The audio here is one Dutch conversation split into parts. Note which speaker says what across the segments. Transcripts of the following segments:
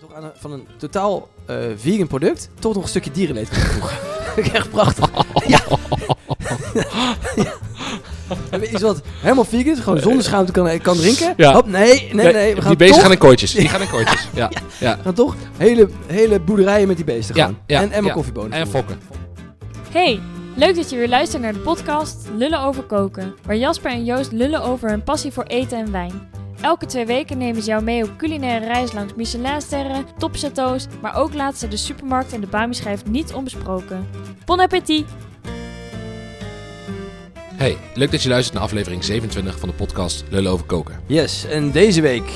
Speaker 1: Door aan een- van een totaal eh, vegan product tot nog een stukje dierenleed kunnen voegen. Echt prachtig. Ja. ja. Iets wat helemaal vegan is, gewoon zonder schaamte kan, kan drinken.
Speaker 2: Ja.
Speaker 1: Hop, nee, nee, nee. We gaan
Speaker 2: die beesten
Speaker 1: toch,
Speaker 2: gaan in kooitjes. Die gaan in kooitjes. Ja. Ja. ja.
Speaker 1: we gaan toch hele, hele boerderijen met die beesten
Speaker 2: Ja,
Speaker 1: gaan.
Speaker 2: ja,
Speaker 1: en en mijn
Speaker 2: ja.
Speaker 1: koffiebonen.
Speaker 2: En
Speaker 1: voeren.
Speaker 2: fokken.
Speaker 3: Hey, leuk dat je weer luistert naar de podcast Lullen over koken, waar Jasper en Joost lullen over hun passie voor eten en wijn. Elke twee weken nemen ze jou mee op culinaire reis langs Michelinsterren, topchateaus, maar ook laatst ze de supermarkt en de Bami-schijf niet onbesproken. Bon appétit!
Speaker 2: Hey, leuk dat je luistert naar aflevering 27 van de podcast Lullen over koken.
Speaker 1: Yes, en deze week,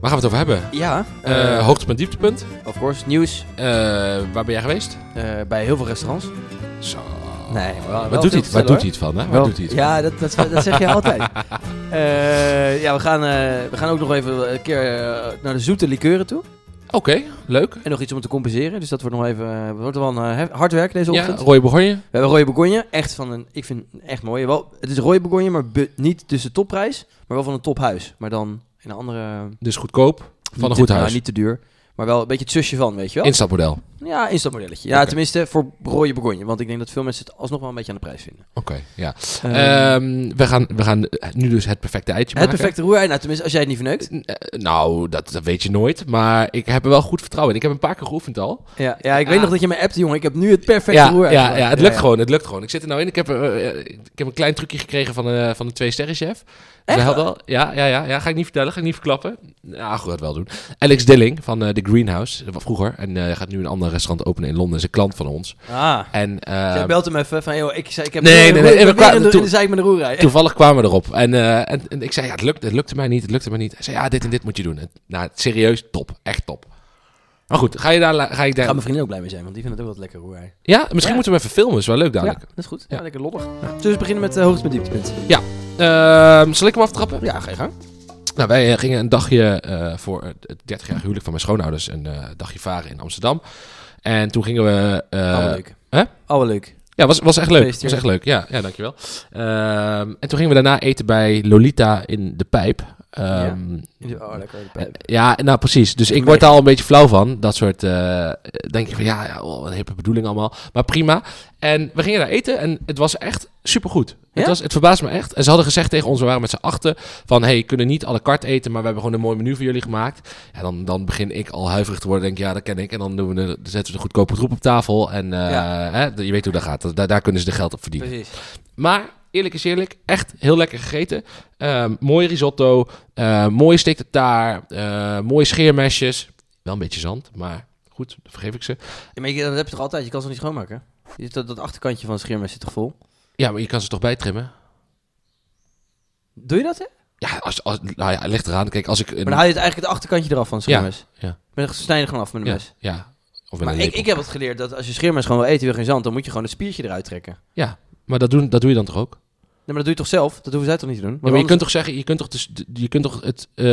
Speaker 2: Waar gaan we het over hebben?
Speaker 1: ja,
Speaker 2: Eh,
Speaker 1: eh,
Speaker 2: hoogtepunt, dieptepunt.
Speaker 1: of course, nieuws
Speaker 2: Eh, waar ben jij geweest?
Speaker 1: eh, bij heel veel restaurants.
Speaker 2: Zo.
Speaker 1: Nee, wel- wel
Speaker 2: Wat
Speaker 1: veel te
Speaker 2: doet hij? Waar
Speaker 1: vertellen,
Speaker 2: doet hij het van? Hè? Waar
Speaker 1: Wel-
Speaker 2: doet hij het van?
Speaker 1: Ja, dat, dat, dat zeg je altijd. Eh, ja, we gaan, eh, we gaan ook nog even een keer eh, naar de zoete likeuren toe.
Speaker 2: Oké, leuk.
Speaker 1: En nog iets om te compenseren. Dus dat wordt nog even eh, wordt wel een, eh, hard werk deze
Speaker 2: Ja,
Speaker 1: ochtend.
Speaker 2: rode behoorje.
Speaker 1: we hebben rode begonje. Echt van een, ik vind het echt mooi. Wel, het is rode begonje, maar be- niet dus de topprijs. Maar wel van een tophuis. Maar dan in een andere...
Speaker 2: Dus goedkoop. Van
Speaker 1: niet
Speaker 2: een
Speaker 1: te-
Speaker 2: goed
Speaker 1: nou,
Speaker 2: huis.
Speaker 1: niet te duur. Maar wel een beetje het zusje van, weet je wel?
Speaker 2: Instapmodel. Oké.
Speaker 1: ja, instapmodelletje. Ja,
Speaker 2: Oké.
Speaker 1: tenminste voor rode begonje. Want ik denk dat veel mensen het alsnog wel een beetje aan de prijs vinden.
Speaker 2: ja.
Speaker 1: Eh,
Speaker 2: Ehm, we, gaan, we gaan nu dus het perfecte eitje
Speaker 1: het
Speaker 2: maken.
Speaker 1: perfecte roerei. Nou, tenminste als jij het niet verneukt.
Speaker 2: Eh, Nou, dat, dat weet je nooit. Maar ik heb er wel goed vertrouwen in. Ik heb een paar keer geoefend al.
Speaker 1: Ja, ja ik
Speaker 2: Ja.
Speaker 1: weet nog dat je me appte, jongen. Ik heb nu het perfecte
Speaker 2: Ja,
Speaker 1: roer.
Speaker 2: ja, ja, het lukt gewoon. Het lukt gewoon. Ik zit er nou in. Ik heb, eh, eh, ik heb een klein trucje gekregen van, eh, van de twee sterrenchef.
Speaker 1: Echt?
Speaker 2: helpt wel. Ja, ja, ja, ja, ga ik niet vertellen. Ga ik niet verklappen. Nou, goed, dat wel doen. Alex Dilling van eh The Greenhouse. eh, Vroeger. En eh gaat nu een ander restaurant openen in Londen. Is een klant van ons.
Speaker 1: Ah.
Speaker 2: En eh,
Speaker 1: Jij belt hem even van, joh, ik, zei, ik heb
Speaker 2: Nee,
Speaker 1: een roer-
Speaker 2: nee, nee,
Speaker 1: ik
Speaker 2: we
Speaker 1: ben
Speaker 2: kwamen
Speaker 1: weer in de-
Speaker 2: toe-
Speaker 1: in de zaak met een roerij.
Speaker 2: toevallig kwamen we erop. En, eh, en, en ik zei, ja, het, lukt, het lukte mij niet. Het lukte mij niet. Hij zei, ja, dit en dit moet je doen. En, nou, serieus, top. Echt top. Maar goed, ga, je daar, la- ga ik
Speaker 1: Daar
Speaker 2: daar...
Speaker 1: gaat mijn vriendin ook blij mee zijn, want die vindt het ook wel lekker roerij.
Speaker 2: Ja, misschien
Speaker 1: Ja.
Speaker 2: moeten we hem even filmen. Is wel leuk dadelijk.
Speaker 1: dat is goed.
Speaker 2: Ja.
Speaker 1: Ja, lekker lollig. Zullen we eens beginnen met eh, hoogtepunt dieptepunt?
Speaker 2: Ehm, zal ik hem aftrappen?
Speaker 1: Ja, ga je gang.
Speaker 2: Nou, wij eh, gingen een dagje eh, voor het- het 30-jarige huwelijk van mijn schoonouders een eh, dagje varen in Amsterdam. En toen gingen we. eh,
Speaker 1: Allemaal Oh, leuk.
Speaker 2: hè?
Speaker 1: Allemaal leuk.
Speaker 2: ja, was, was echt leuk. Was
Speaker 1: Gefeliciteerd.
Speaker 2: echt leuk. Ja, ja dankjewel. Ehm, en toen gingen we daarna eten bij Lolita in de pijp. Ehm,
Speaker 1: Oh, lekker.
Speaker 2: eh, ja, nou precies. Dus ik word daar al een beetje flauw van. Dat soort. eh, denk je van ja, ja oh, wat een hippe bedoeling allemaal. Maar prima. En we gingen daar eten en het was echt supergoed. Het,
Speaker 1: Ja?
Speaker 2: was, het verbaasde me echt. En ze hadden gezegd tegen ons, we waren met z'n achten, van hey, kunnen niet alle kart eten, maar we hebben gewoon een mooi menu voor jullie gemaakt. Ja, dan, dan begin ik al huiverig te worden. Denk ja, dat ken ik. En dan, doen we de, dan zetten we de goedkope troep op tafel. En eh,
Speaker 1: Ja.
Speaker 2: hè, je weet hoe dat gaat. Daar, daar kunnen ze de geld op verdienen.
Speaker 1: Precies.
Speaker 2: Maar eerlijk is eerlijk, echt heel lekker gegeten. Ehm mooi risotto, eh, mooie steak tartaar, eh, mooie scheermesjes. Wel een beetje zand, maar goed, dat vergeef ik ze.
Speaker 1: Ja, maar je, dat heb je toch altijd? Je kan ze toch niet schoonmaken? Je ziet dat, dat achterkantje van het scheermes zit toch vol?
Speaker 2: Ja, maar je kan ze toch bijtrimmen?
Speaker 1: Doe je dat, hè?
Speaker 2: Ja, als, als, nou ja, ligt eraan. Kijk, als ik... een-
Speaker 1: Maar dan haal je het eigenlijk het achterkantje eraf van het scheermes.
Speaker 2: ja.
Speaker 1: Maar dan snij je er gewoon af met een
Speaker 2: ja,
Speaker 1: mes.
Speaker 2: ja, of met
Speaker 1: Maar
Speaker 2: een
Speaker 1: ik,
Speaker 2: lepel.
Speaker 1: ik heb het geleerd dat als je scheermes gewoon wil eten, wil geen zand, dan moet je gewoon het spiertje eruit trekken.
Speaker 2: Maar dat doen, dat doe je dan toch ook? Ja,
Speaker 1: Nee, maar dat doe je toch zelf? Dat hoeven zij toch niet te doen?
Speaker 2: maar je kunt toch zeggen, je kunt toch, dus, je kunt toch het... eh,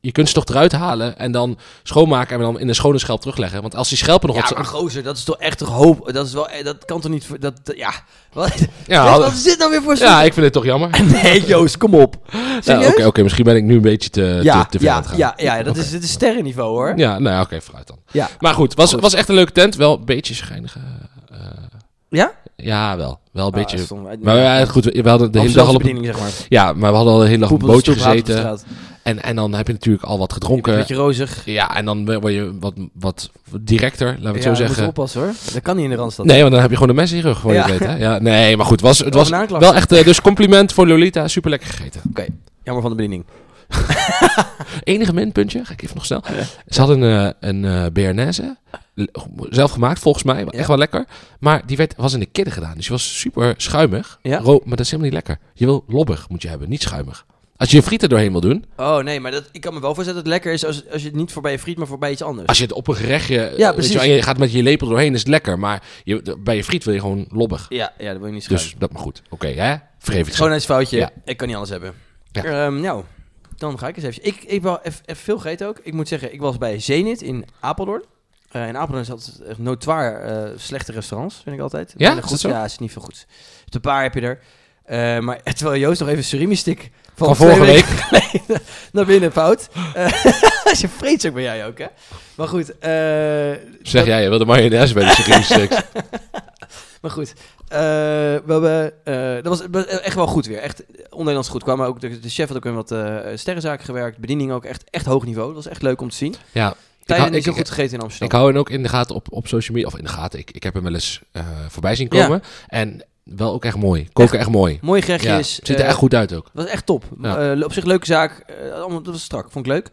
Speaker 2: je kunt ze toch eruit halen en dan schoonmaken en dan in een schone schelp terugleggen. Want als die schelpen nog... op
Speaker 1: Ja,
Speaker 2: z'n-
Speaker 1: maar gozer, dat is toch echt toch hoop. Dat is wel, eh, dat kan toch niet. voor- Dat, dat- ja. Wat,
Speaker 2: ja,
Speaker 1: wat,
Speaker 2: hadden-
Speaker 1: is dit nou weer voor
Speaker 2: ja,
Speaker 1: zo'n-
Speaker 2: ik vind het toch jammer.
Speaker 1: Nee, Joost, kom op. Serieus?
Speaker 2: Ja, Nou, Oké, oké, misschien ben ik nu een beetje te,
Speaker 1: ja,
Speaker 2: te, te ver aan
Speaker 1: ja,
Speaker 2: het gaan.
Speaker 1: ja, ja, dat is dit is sterrenniveau hoor.
Speaker 2: Ja, nou ja, oké, vooruit dan.
Speaker 1: Ja.
Speaker 2: Maar goed, was,
Speaker 1: Goed.
Speaker 2: was echt een leuke tent. Wel een beetje schijnige. eh,
Speaker 1: Ja?
Speaker 2: ja, wel. Wel een
Speaker 1: Ah,
Speaker 2: beetje.
Speaker 1: stom, uit-
Speaker 2: Maar ja, goed, we we hadden de hele dag
Speaker 1: Amsterdamse
Speaker 2: al op een,
Speaker 1: bediening, zeg maar.
Speaker 2: ja, maar we hadden al de hele dag op een
Speaker 1: Poep op de
Speaker 2: bootje
Speaker 1: stoep, haat op de
Speaker 2: gezeten.
Speaker 1: straat.
Speaker 2: En, en dan heb je natuurlijk al wat
Speaker 1: Een
Speaker 2: gedronken.
Speaker 1: beetje rozig.
Speaker 2: Ja, en dan word je wat, wat directer, laten we het
Speaker 1: Ja,
Speaker 2: zo
Speaker 1: Moet je
Speaker 2: zeggen.
Speaker 1: oppassen hoor. Dat kan niet in de Randstad.
Speaker 2: Nee, want dan heb je gewoon de mes in je rug, voor je
Speaker 1: Ja.
Speaker 2: het weet. Hè? Ja, nee, maar goed, het was, het
Speaker 1: Wel
Speaker 2: was
Speaker 1: een aanklacht.
Speaker 2: wel echt... eh, dus compliment voor Lolita, super lekker gegeten.
Speaker 1: Jammer van de bediening.
Speaker 2: Enige minpuntje, ga ik even nog snel. Ze hadden een, eh, een eh bearnaise, l- zelf gemaakt volgens mij, echt
Speaker 1: Ja.
Speaker 2: wel lekker. Maar die werd, was in de kidden gedaan, dus die was super schuimig.
Speaker 1: Ja.
Speaker 2: Ro- maar dat is helemaal niet lekker. Je wil lobbig moet je hebben, niet schuimig. Als je je friet er doorheen wil doen,
Speaker 1: Oh nee, maar dat, ik kan me wel voorstellen dat het lekker is als, als je het niet voorbij je friet, maar voorbij iets anders.
Speaker 2: als je het op een gerechtje, eh,
Speaker 1: Ja,
Speaker 2: weet
Speaker 1: precies.
Speaker 2: je, wel, en je gaat met je lepel doorheen, is het lekker. Maar je, d- bij je friet wil je gewoon lobbig.
Speaker 1: Ja, ja, dat wil je niet schuiven.
Speaker 2: Dus dat maar goed. Oké, hè? Vergeef ik ze.
Speaker 1: Schoonheidsfoutje.
Speaker 2: Ja.
Speaker 1: Ik kan niet alles hebben.
Speaker 2: Ja.
Speaker 1: Ehm, nou, dan ga ik eens even. Ik, ik heb wel eff- eff veel gegeten ook. Ik moet zeggen, ik was bij Zenit in Apeldoorn. Eh, in Apeldoorn is altijd echt notoir eh, slechte restaurants, vind ik altijd.
Speaker 2: Ja?
Speaker 1: Weinig
Speaker 2: Is
Speaker 1: goed.
Speaker 2: dat zo?
Speaker 1: Ja, is niet veel goed. Te paar heb je er. Eh, maar terwijl Joost nog even surimi stick van,
Speaker 2: Van
Speaker 1: twee
Speaker 2: vorige
Speaker 1: weken geleden naar binnen fout. Hij is een vreedzak ben jij ook, hè? Maar goed, eh,
Speaker 2: Zeg jij, je wil de mayonaise bij de circumstance.
Speaker 1: maar goed. Eh, we hebben, eh, dat was het was echt wel goed weer. Echt on-Nederlands goed. Kwam ook, de de chef had ook in wat eh, sterrenzaken gewerkt. Bediening ook echt, echt hoog niveau. Dat was echt leuk om te zien.
Speaker 2: ja, Ik
Speaker 1: Tijden
Speaker 2: hou-
Speaker 1: is
Speaker 2: ik-
Speaker 1: heel goed gegeten in Amsterdam.
Speaker 2: Ik hou hem ook in de gaten op, op social media. Of in de gaten. Ik, ik heb hem wel eens eh, voorbij zien komen. En wel ook echt mooi. Koken echt, mooi.
Speaker 1: Mooie
Speaker 2: Ja,
Speaker 1: gerechtjes.
Speaker 2: ziet er
Speaker 1: eh,
Speaker 2: echt goed uit ook.
Speaker 1: was echt top.
Speaker 2: Ja.
Speaker 1: Eh, op zich leuke zaak. Eh, allemaal, dat was strak. Vond ik leuk.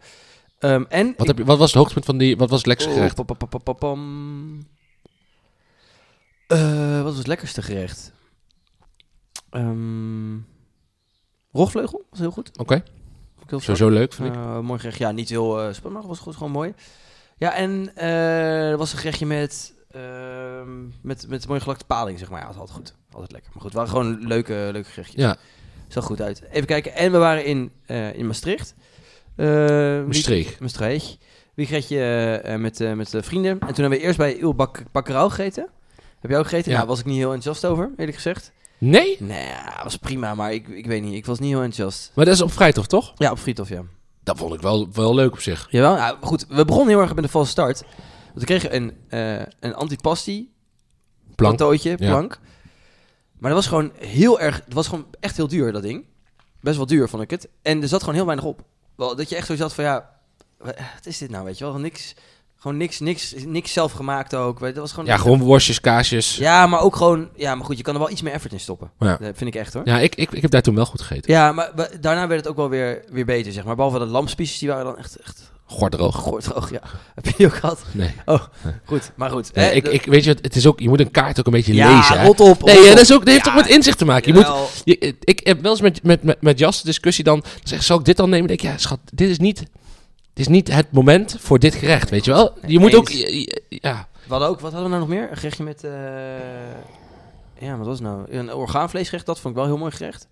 Speaker 1: Ehm, en...
Speaker 2: Wat, heb je, wat was het hoogtepunt van die... Wat was het lekkerste
Speaker 1: Oh,
Speaker 2: gerecht?
Speaker 1: pa- pa- pa- pa- pa- pam. Eh, wat was het lekkerste gerecht? Ehm rogvleugel was heel goed.
Speaker 2: Oké,
Speaker 1: Vond ik heel strak.
Speaker 2: sowieso leuk vind ik.
Speaker 1: Eh, mooi gerecht. Ja, niet heel eh spannend, maar was goed, gewoon mooi. Ja, en eh, er was een gerechtje met, ehm, met, met mooie gelakte paling, zeg maar. Ja, dat was altijd goed. Altijd lekker. Maar goed, het waren gewoon leuke, leuke gerechtjes.
Speaker 2: Ja.
Speaker 1: Zag goed uit. Even kijken. En we waren in, eh, in Maastricht. Eh,
Speaker 2: Maastricht.
Speaker 1: wie- Maastricht. Wie kreeg je eh, met, eh, met eh, vrienden. En toen hebben we eerst bij Il Bak Bakkerau gegeten. Heb jij ook gegeten?
Speaker 2: Ja.
Speaker 1: Nou, was ik niet heel enthousiast over, eerlijk gezegd.
Speaker 2: Nee?
Speaker 1: Nee, was prima, maar ik, ik weet niet. Ik was niet heel enthousiast.
Speaker 2: Maar dat is op vrijdag toch?
Speaker 1: Ja, op Friedhof, ja.
Speaker 2: Dat vond ik wel, wel leuk op zich.
Speaker 1: Jawel, nou, goed. We begonnen heel erg met een valse start. Want we kregen een, eh een antipasti
Speaker 2: Plank.
Speaker 1: plateautje,
Speaker 2: Ja.
Speaker 1: plank. Maar dat was gewoon heel erg... Het was gewoon echt heel duur, dat ding. Best wel duur, vond ik het. En er zat gewoon heel weinig op. Wel, dat je echt zo zat van, ja... wa- Wat is dit nou, weet je wel? Niks, gewoon niks, niks, niks zelf gemaakt ook. Weet je, Dat was gewoon...
Speaker 2: Ja, gewoon worstjes, kaasjes. Ja,
Speaker 1: Ja, maar ook gewoon... Ja, maar goed, je kan er wel iets meer effort in stoppen.
Speaker 2: Ja.
Speaker 1: Dat vind ik echt, hoor.
Speaker 2: ik, ik, ik heb daar toen wel goed gegeten.
Speaker 1: Ja, maar we- daarna werd het ook wel weer, weer beter, zeg maar. Behalve de lampspiesjes, die waren dan echt, echt
Speaker 2: Gordroog.
Speaker 1: gegooid. Ja, heb je die ook gehad?
Speaker 2: Nee.
Speaker 1: Oh, Goed, maar goed.
Speaker 2: Nee,
Speaker 1: hè,
Speaker 2: ik,
Speaker 1: Eh, de-
Speaker 2: ik, weet je, wat, het is ook, je moet een kaart ook een beetje
Speaker 1: ja,
Speaker 2: lezen. hè.
Speaker 1: rot op.
Speaker 2: Nee,
Speaker 1: rot
Speaker 2: ja,
Speaker 1: op.
Speaker 2: dat, is ook, dat heeft
Speaker 1: Ja,
Speaker 2: ook met inzicht te maken. Je moet,
Speaker 1: Jawel.
Speaker 2: Je- eh, ik heb wel eens met, met, met, met Jas de discussie dan. dan Zeg, zal ik dit dan nemen? Dan denk ik, ja, schat, dit is niet, dit is niet het moment voor dit gerecht, weet je wel?
Speaker 1: Nee,
Speaker 2: Je moet ook...
Speaker 1: eens.
Speaker 2: je- je- Ja,
Speaker 1: We hadden ook, wat hadden we nou nog meer? Een gerechtje met, eh, ja, wat was het nou? Een orgaanvleesgerecht, dat vond ik wel heel mooi gerecht.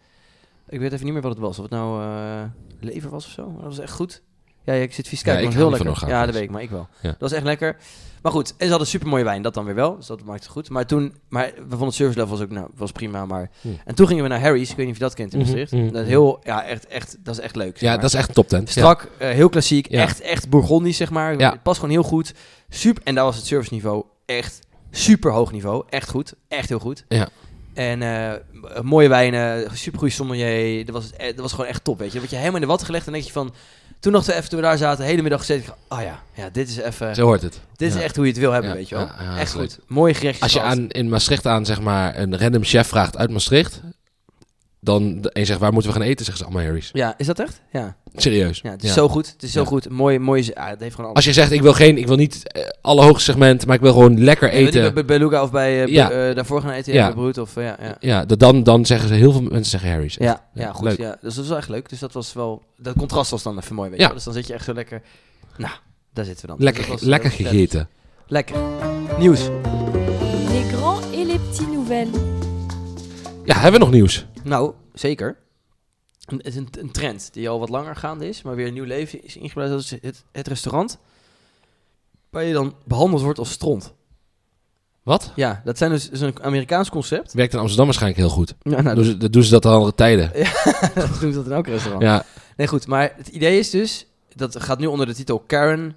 Speaker 1: Ik weet even niet meer wat het was. Of het nou eh, lever was of zo. Maar dat was echt goed. Ja, ja, ik zit vies te
Speaker 2: Ja,
Speaker 1: kijken,
Speaker 2: ik
Speaker 1: maar het was
Speaker 2: hou
Speaker 1: heel lekker.
Speaker 2: niet van
Speaker 1: Ja, dat
Speaker 2: orgaanvlees.
Speaker 1: weet ik, maar ik wel.
Speaker 2: Ja.
Speaker 1: Dat was echt lekker. Maar goed, en ze hadden super mooie wijn, dat dan weer wel. Dus dat maakte het goed. Maar toen, maar we vonden het service level was ook, nou, was prima. Maar...
Speaker 2: Hm.
Speaker 1: En toen gingen we naar Harry's, ik weet niet of je dat kent in
Speaker 2: Mhm,
Speaker 1: Maastricht.
Speaker 2: mhm,
Speaker 1: Dat is
Speaker 2: mhm.
Speaker 1: heel, ja, echt, echt, dat is echt leuk. zeg
Speaker 2: ja
Speaker 1: maar.
Speaker 2: dat is echt een toptent. Ja.
Speaker 1: Strak, eh, heel klassiek,
Speaker 2: Ja.
Speaker 1: echt, echt Bourgondisch, zeg maar.
Speaker 2: Ja.
Speaker 1: Het past gewoon heel goed. Super, en daar was het serviceniveau echt super hoog niveau. Echt goed, echt heel goed.
Speaker 2: Ja.
Speaker 1: En eh, mooie wijnen, super goede sommelier. Dat was, eh, dat was gewoon echt top, weet je. Dan word je helemaal in de watten gelegd en denk je van... Toen dachten we even, toen we daar zaten, de hele middag gezeten. Ah ja, ja, dit is even...
Speaker 2: Zo hoort het.
Speaker 1: Dit is
Speaker 2: Ja.
Speaker 1: echt hoe je het wil hebben,
Speaker 2: Ja,
Speaker 1: weet je wel.
Speaker 2: ja, ja, dat
Speaker 1: echt
Speaker 2: is leuk.
Speaker 1: goed. Mooi gerechtjes.
Speaker 2: Als je
Speaker 1: gehad.
Speaker 2: aan, in Maastricht aan zeg maar, een random chef vraagt uit Maastricht... Dan, en je zegt, waar moeten we gaan eten? Zeggen ze allemaal Harry's.
Speaker 1: Ja, is dat echt? Ja.
Speaker 2: Serieus.
Speaker 1: ja het is
Speaker 2: Ja.
Speaker 1: zo goed. Het is zo
Speaker 2: Ja.
Speaker 1: goed. Mooi, mooi. Ja, het heeft gewoon alles.
Speaker 2: Als je zegt, ik wil, geen, ik wil niet eh, alle hoogste segment, maar ik wil gewoon lekker
Speaker 1: Ja, weet ik,
Speaker 2: eten.
Speaker 1: Bij, bij Luca of bij eh,
Speaker 2: Ja.
Speaker 1: Bru- eh, daarvoor gaan eten.
Speaker 2: Ja.
Speaker 1: Ja. Bij Broed of... eh, ja, ja.
Speaker 2: Ja, dat- dan, dan zeggen ze heel veel mensen zeggen Harry's.
Speaker 1: Ja, ja, goed.
Speaker 2: leuk.
Speaker 1: Ja, dus dat was wel echt leuk. Dus dat was wel... Dat contrast was dan even mooi, weet je
Speaker 2: Ja.
Speaker 1: wel. Dus dan zit je echt zo lekker... Nou, daar zitten we dan.
Speaker 2: Lekker,
Speaker 1: Dus dat was-
Speaker 2: lekker
Speaker 1: dat was prettig.
Speaker 2: gegeten.
Speaker 1: Lekker. Nieuws.
Speaker 3: Les grands et les petits nouvelles.
Speaker 2: Ja, hebben we nog nieuws?
Speaker 1: Nou, zeker. Een- Het is een, een trend die al wat langer gaande is, maar weer een nieuw leven is ingebreid. Dat is het, het restaurant waar je dan behandeld wordt als stront.
Speaker 2: Wat?
Speaker 1: Ja, dat zijn dus, is een Amerikaans concept.
Speaker 2: Werkt in Amsterdam waarschijnlijk heel goed.
Speaker 1: Ja, nou,
Speaker 2: Doen ze, dat doen ze dat aan andere tijden.
Speaker 1: dat doen ze dat in elk restaurant.
Speaker 2: Ja.
Speaker 1: Nee, goed. Maar het idee is dus, dat gaat nu onder de titel Karen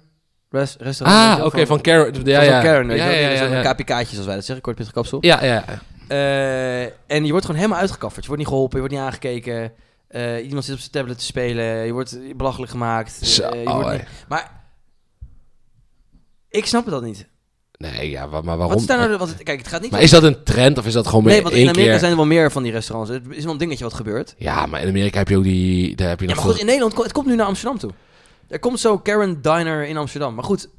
Speaker 1: Res- Restaurant. weet je
Speaker 2: Ah, oké,
Speaker 1: wel,
Speaker 2: van Karen. Ja,
Speaker 1: Zoals
Speaker 2: ja.
Speaker 1: een Karen, weet
Speaker 2: ja,
Speaker 1: je wel.
Speaker 2: ja,
Speaker 1: Die
Speaker 2: ja,
Speaker 1: hebben
Speaker 2: ja.
Speaker 1: zo'n KPK'tjes, als wij dat zeggen, kortpittig kapsel.
Speaker 2: Ja, ja, ja.
Speaker 1: Eh, en je wordt gewoon helemaal uitgekafferd. Je wordt niet geholpen, je wordt niet aangekeken. Eh, iemand zit op zijn tablet te spelen. Je wordt belachelijk gemaakt. Eh,
Speaker 2: Zo,
Speaker 1: je wordt
Speaker 2: hé.
Speaker 1: niet- Maar ik snap het dat niet.
Speaker 2: Nee, ja, wa- maar
Speaker 1: Wat
Speaker 2: waarom?
Speaker 1: is daar nou... de- Wat, het- kijk, het gaat niet...
Speaker 2: Maar
Speaker 1: om-
Speaker 2: is dat een trend of is dat gewoon
Speaker 1: nee,
Speaker 2: meer
Speaker 1: want
Speaker 2: één
Speaker 1: in Amerika
Speaker 2: keer?
Speaker 1: zijn er wel meer van die restaurants. Het is wel een dingetje wat gebeurt.
Speaker 2: Ja, maar in Amerika heb je ook die... Daar heb je
Speaker 1: Ja,
Speaker 2: nog
Speaker 1: maar goed,
Speaker 2: veel-
Speaker 1: in Nederland... ko- Het komt nu naar Amsterdam toe. Er komt zo Karen Diner in Amsterdam. Maar goed...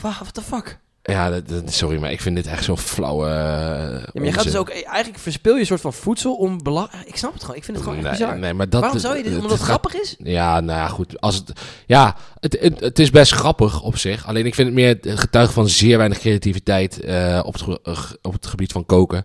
Speaker 1: wa- What the fuck?
Speaker 2: Ja, dat, dat- sorry, maar ik vind dit echt zo'n flauwe...
Speaker 1: Ja, maar je gaat dus ook... Eigenlijk verspil je een soort van voedsel om... bela- Ik snap het gewoon. Ik vind het gewoon echt bizar.
Speaker 2: Nee, nee, maar dat...
Speaker 1: Waarom zou je dit?
Speaker 2: het-
Speaker 1: Omdat
Speaker 2: het
Speaker 1: het
Speaker 2: gaat-
Speaker 1: grappig is?
Speaker 2: Ja, nou ja, goed. Als het, ja, het, het, het is best grappig op zich. Alleen ik vind het meer het getuig van zeer weinig creativiteit eh, op, het, ge- eh, op het gebied van koken.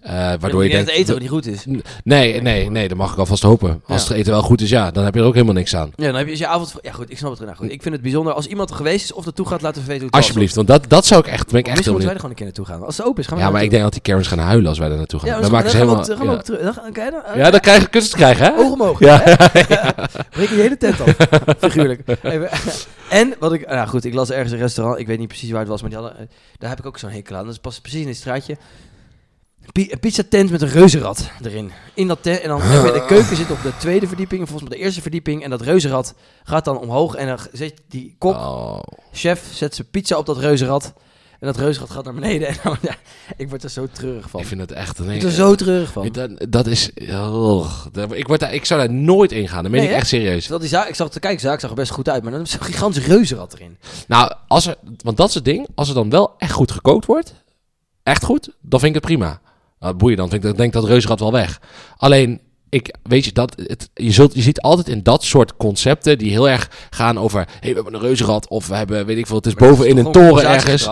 Speaker 2: Eh, waardoor je
Speaker 1: dat
Speaker 2: denkt...
Speaker 1: het eten wat niet goed is.
Speaker 2: Nee, nee, nee, dat mag ik alvast hopen. Als
Speaker 1: Ja.
Speaker 2: het eten wel goed is, ja, dan heb je er ook helemaal niks aan.
Speaker 1: Ja, dan heb je dus je avond... Ja goed, ik snap het. Nou goed, ik vind het bijzonder als iemand er geweest is of naartoe gaat laten we weten hoe het was.
Speaker 2: Alsjeblieft, want dat, dat zou ik echt, ben ik
Speaker 1: Of
Speaker 2: echt
Speaker 1: Misschien
Speaker 2: heel
Speaker 1: moeten wij
Speaker 2: benieuwd.
Speaker 1: er gewoon een keer naartoe gaan. Als het open is, gaan we
Speaker 2: Ja,
Speaker 1: er
Speaker 2: maar ik
Speaker 1: naartoe.
Speaker 2: denk dat die Karens gaan huilen als wij daar naartoe gaan.
Speaker 1: Ja,
Speaker 2: we maken ze
Speaker 1: dan gaan
Speaker 2: helemaal...
Speaker 1: we ook- dan gaan we
Speaker 2: ja.
Speaker 1: ook terug. Dan gaan- Oké, dan...
Speaker 2: Ja, dan krijg je kunst krijgen, hè?
Speaker 1: Ogen omhoog.
Speaker 2: Ja.
Speaker 1: Breek je hele tent af. Figuurlijk. Even, En wat ik, nou goed, ik las ergens een restaurant, ik weet niet precies waar het was, maar die hadden, eh, daar heb ik ook zo'n hekel aan. Dat past precies in dit straatje. Pi- Een pizza tent met een reuzenrad erin. In dat tent, en dan zeg maar, de keuken zit op de tweede verdieping, volgens mij de eerste verdieping. En dat reuzenrad gaat dan omhoog en dan zet die kop
Speaker 2: Oh.
Speaker 1: chef zet zijn pizza op dat reuzenrad. En dat reuzenrad gaat naar beneden. En dan- ja, ik word er zo treurig van.
Speaker 2: Oh, Ik
Speaker 1: Ik,
Speaker 2: vind dat echt... een
Speaker 1: word er zo treurig van.
Speaker 2: Dat, dat is... oh, dat- ik, word daar, ik zou daar nooit in gaan. Dat meen
Speaker 1: Nee,
Speaker 2: ik
Speaker 1: hè?
Speaker 2: echt serieus.
Speaker 1: Terwijl die zaak, ik zag de kijkzaak, zag er best goed uit. Maar dan is zo'n gigantisch reuzenrad erin.
Speaker 2: Nou, als er, want dat is het ding. Als er dan wel echt goed gekookt wordt, echt goed, dan vind ik het prima. Nou, boeien, dan vind ik, dan denk ik dat reuzenrad wel weg. Alleen, ik, weet je, dat, het, je, zult, je ziet altijd in dat soort concepten die heel erg gaan over... hey, we hebben een reuzenrad of we hebben, weet ik veel, het is boven in Dus een toren ergens.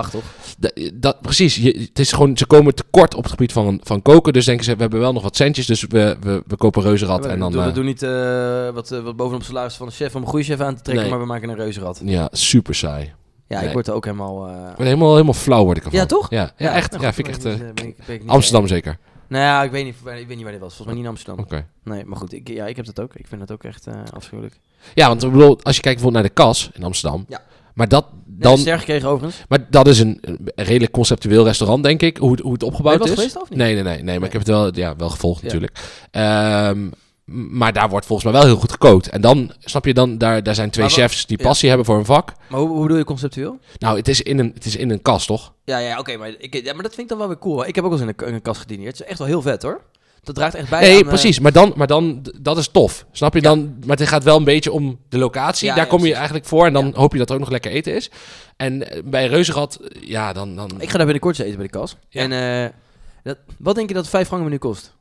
Speaker 2: D- dat, precies, je, het is gewoon, ze komen tekort op het gebied van, van koken. Dus denken ze, we hebben wel nog wat centjes, dus we, we, we kopen reuzenrad. en dan,
Speaker 1: we, doen, we
Speaker 2: eh,
Speaker 1: doen niet eh, wat, eh, wat bovenop salaris van de chef om een goede chef aan te trekken.
Speaker 2: Nee.
Speaker 1: Maar we maken een reuzenrad.
Speaker 2: ja, super saai. Ik
Speaker 1: Ja,
Speaker 2: Nee.
Speaker 1: ik word er ook helemaal... eh,
Speaker 2: word helemaal, helemaal flauw word ik ervan.
Speaker 1: Ja, toch?
Speaker 2: Ja, ja, echt.
Speaker 1: nou
Speaker 2: ja,
Speaker 1: goed,
Speaker 2: vind ik echt...
Speaker 1: ben
Speaker 2: eh,
Speaker 1: niet, eh, ben ik- ben ik niet-
Speaker 2: Amsterdam zeker.
Speaker 1: Nou ja, ik weet niet, ik weet niet waar dit was. Volgens mij niet in Amsterdam.
Speaker 2: Oké.
Speaker 1: Nee, maar goed, ik, ja, ik heb dat ook. Ik vind dat ook echt eh afschuwelijk.
Speaker 2: Ja, want ik bedoel, als je kijkt bijvoorbeeld naar de kas in Amsterdam.
Speaker 1: Ja. dus
Speaker 2: Maar dat,
Speaker 1: Dan...
Speaker 2: dan,
Speaker 1: ster gekregen overigens.
Speaker 2: maar dat is een, een redelijk conceptueel restaurant, denk ik. Hoe, het- hoe het opgebouwd
Speaker 1: Ben je wel
Speaker 2: is.
Speaker 1: geweest of niet?
Speaker 2: Nee, nee, nee, nee. Maar
Speaker 1: Nee.
Speaker 2: ik heb het wel, ja, wel gevolgd
Speaker 1: Ja.
Speaker 2: natuurlijk. Ehm, m- maar daar wordt volgens mij wel heel goed gekookt. En dan, snap je, dan, daar, daar zijn twee
Speaker 1: Maar wat-
Speaker 2: chefs die
Speaker 1: ja.
Speaker 2: passie hebben voor hun vak.
Speaker 1: Maar hoe, hoe bedoel je conceptueel?
Speaker 2: Nou, het is in een, het is in een kas, toch?
Speaker 1: Ja, ja oké, maar, ik- ja, maar dat vind ik dan wel weer cool. Ik heb ook wel eens in een, in een kast gedineerd. Het is echt wel heel vet hoor. Dat draagt echt bij aan,
Speaker 2: nee,
Speaker 1: eh,
Speaker 2: precies. Maar dan, maar dan, d- dat is tof. Snap je dan? Maar het gaat wel een beetje om de locatie.
Speaker 1: Ja,
Speaker 2: daar
Speaker 1: ja,
Speaker 2: kom je
Speaker 1: precies.
Speaker 2: eigenlijk voor. En dan hoop je dat er ook nog lekker eten is. En eh, bij Reuzenrad, ja, dan... dan
Speaker 1: ik ga daar binnenkort eens eten bij de kas.
Speaker 2: Ja.
Speaker 1: En eh, dat, wat denk je dat het vijf gangen menu kost?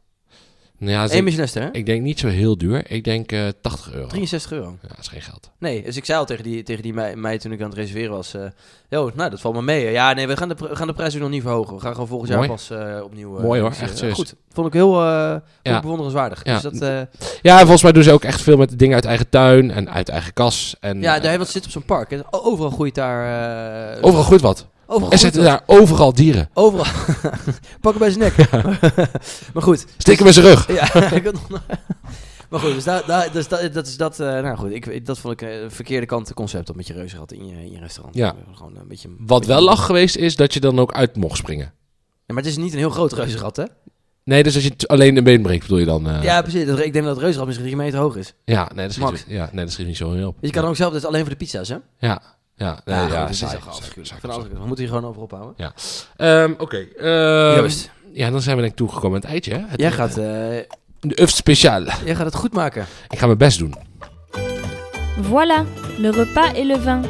Speaker 2: nou ja,
Speaker 1: Eén Michelinster hè?
Speaker 2: Ik denk niet zo heel duur. Ik denk eh 80 euro.
Speaker 1: 63 euro.
Speaker 2: Ja, dat is geen geld.
Speaker 1: Nee, dus ik zei al tegen die, tegen die mei, mij toen ik aan het reserveren was... eh Yo, nou, dat valt me mee. Ja, nee, we gaan de, pr- we gaan de prijs ook nog niet verhogen. We gaan gewoon volgend jaar
Speaker 2: Mooi.
Speaker 1: pas eh, opnieuw... eh,
Speaker 2: Mooi hoor,
Speaker 1: dus, eh,
Speaker 2: echt serieus.
Speaker 1: Goed, vond ik heel, eh vond ik
Speaker 2: Ja.
Speaker 1: bewonderenswaardig.
Speaker 2: Ja.
Speaker 1: Dus dat, eh,
Speaker 2: Ja, en volgens mij doen ze ook echt veel met dingen uit eigen tuin en uit eigen kas. En,
Speaker 1: ja,
Speaker 2: eh,
Speaker 1: daar wat zit op zo'n park. hè. O- Overal groeit daar... eh,
Speaker 2: overal goed wat.
Speaker 1: overal
Speaker 2: er
Speaker 1: groeit
Speaker 2: zitten
Speaker 1: wat.
Speaker 2: daar overal dieren.
Speaker 1: Overal. Pak hem bij zijn nek. maar goed. dus-
Speaker 2: Stikken met zijn rug.
Speaker 1: Ja, ik had nog... Maar goed, dus, daar- daar- dus dat, dat is dat. eh, nou goed, ik, ik- dat vond ik eh, een verkeerde kant concept op met je reuzenrad in je, in je restaurant.
Speaker 2: Ja.
Speaker 1: Eh, Gewoon een beetje,
Speaker 2: Wat
Speaker 1: beetje-
Speaker 2: wel lach geweest is dat je dan ook uit mocht springen.
Speaker 1: Ja, maar het is niet een heel groot reuzenrad, hè?
Speaker 2: Nee, dus als je t- alleen een been breekt, bedoel je dan... eh,
Speaker 1: ja, precies. Dat, ik denk dat het reuzenrad misschien drie meter hoog is.
Speaker 2: ja, nee, dat schiet,
Speaker 1: Max.
Speaker 2: ja, nee, dat schiet niet zo heel op.
Speaker 1: Dus je kan ook zelf, dat is alleen voor de pizza's, hè?
Speaker 2: Ja, ja, nee, ja,
Speaker 1: goed, dat is
Speaker 2: saai,
Speaker 1: toch
Speaker 2: saai,
Speaker 1: afschuwelijk.
Speaker 2: saai,
Speaker 1: Van alles-
Speaker 2: saai.
Speaker 1: We moeten hier gewoon over ophouden.
Speaker 2: Ehm, Oké. ehm,
Speaker 1: Joost,
Speaker 2: ja, dan zijn we denk ik toegekomen aan het eitje. Hè? Het,
Speaker 1: jij gaat, eh,
Speaker 2: De UF speciaal.
Speaker 1: jij gaat het goed maken.
Speaker 2: Ik ga mijn best doen.
Speaker 3: Voilà, le repas et le vin.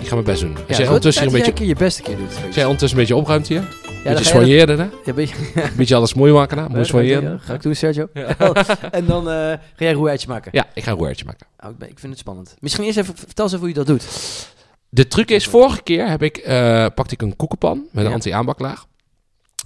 Speaker 2: Ik ga mijn best doen. Als
Speaker 1: Ja,
Speaker 2: jij
Speaker 1: het wordt tijd
Speaker 2: ondertussen
Speaker 1: dat jij
Speaker 2: hier een beetje...
Speaker 1: keer je beste keer doet.
Speaker 2: Als jij ondertussen een beetje opruimt hier,
Speaker 1: dan
Speaker 2: beetje
Speaker 1: ga je dat-
Speaker 2: soigneerder, hè?
Speaker 1: Ja, ben je-
Speaker 2: Een beetje alles mooi maken, hè?
Speaker 1: Ja,
Speaker 2: Mooi
Speaker 1: dat ga ik doen,
Speaker 2: soigneren.
Speaker 1: ja. Ga ik doen, Sergio. en dan eh, ga jij een roeitje maken.
Speaker 2: Ja, ik ga een roertje maken.
Speaker 1: Oh, ik, ben- ik vind het spannend. Misschien eerst even, vertel eens even hoe je dat doet.
Speaker 2: De truc is, vorige keer heb ik, eh, pakte ik een koekenpan met een
Speaker 1: Ja.
Speaker 2: anti-aanbaklaag.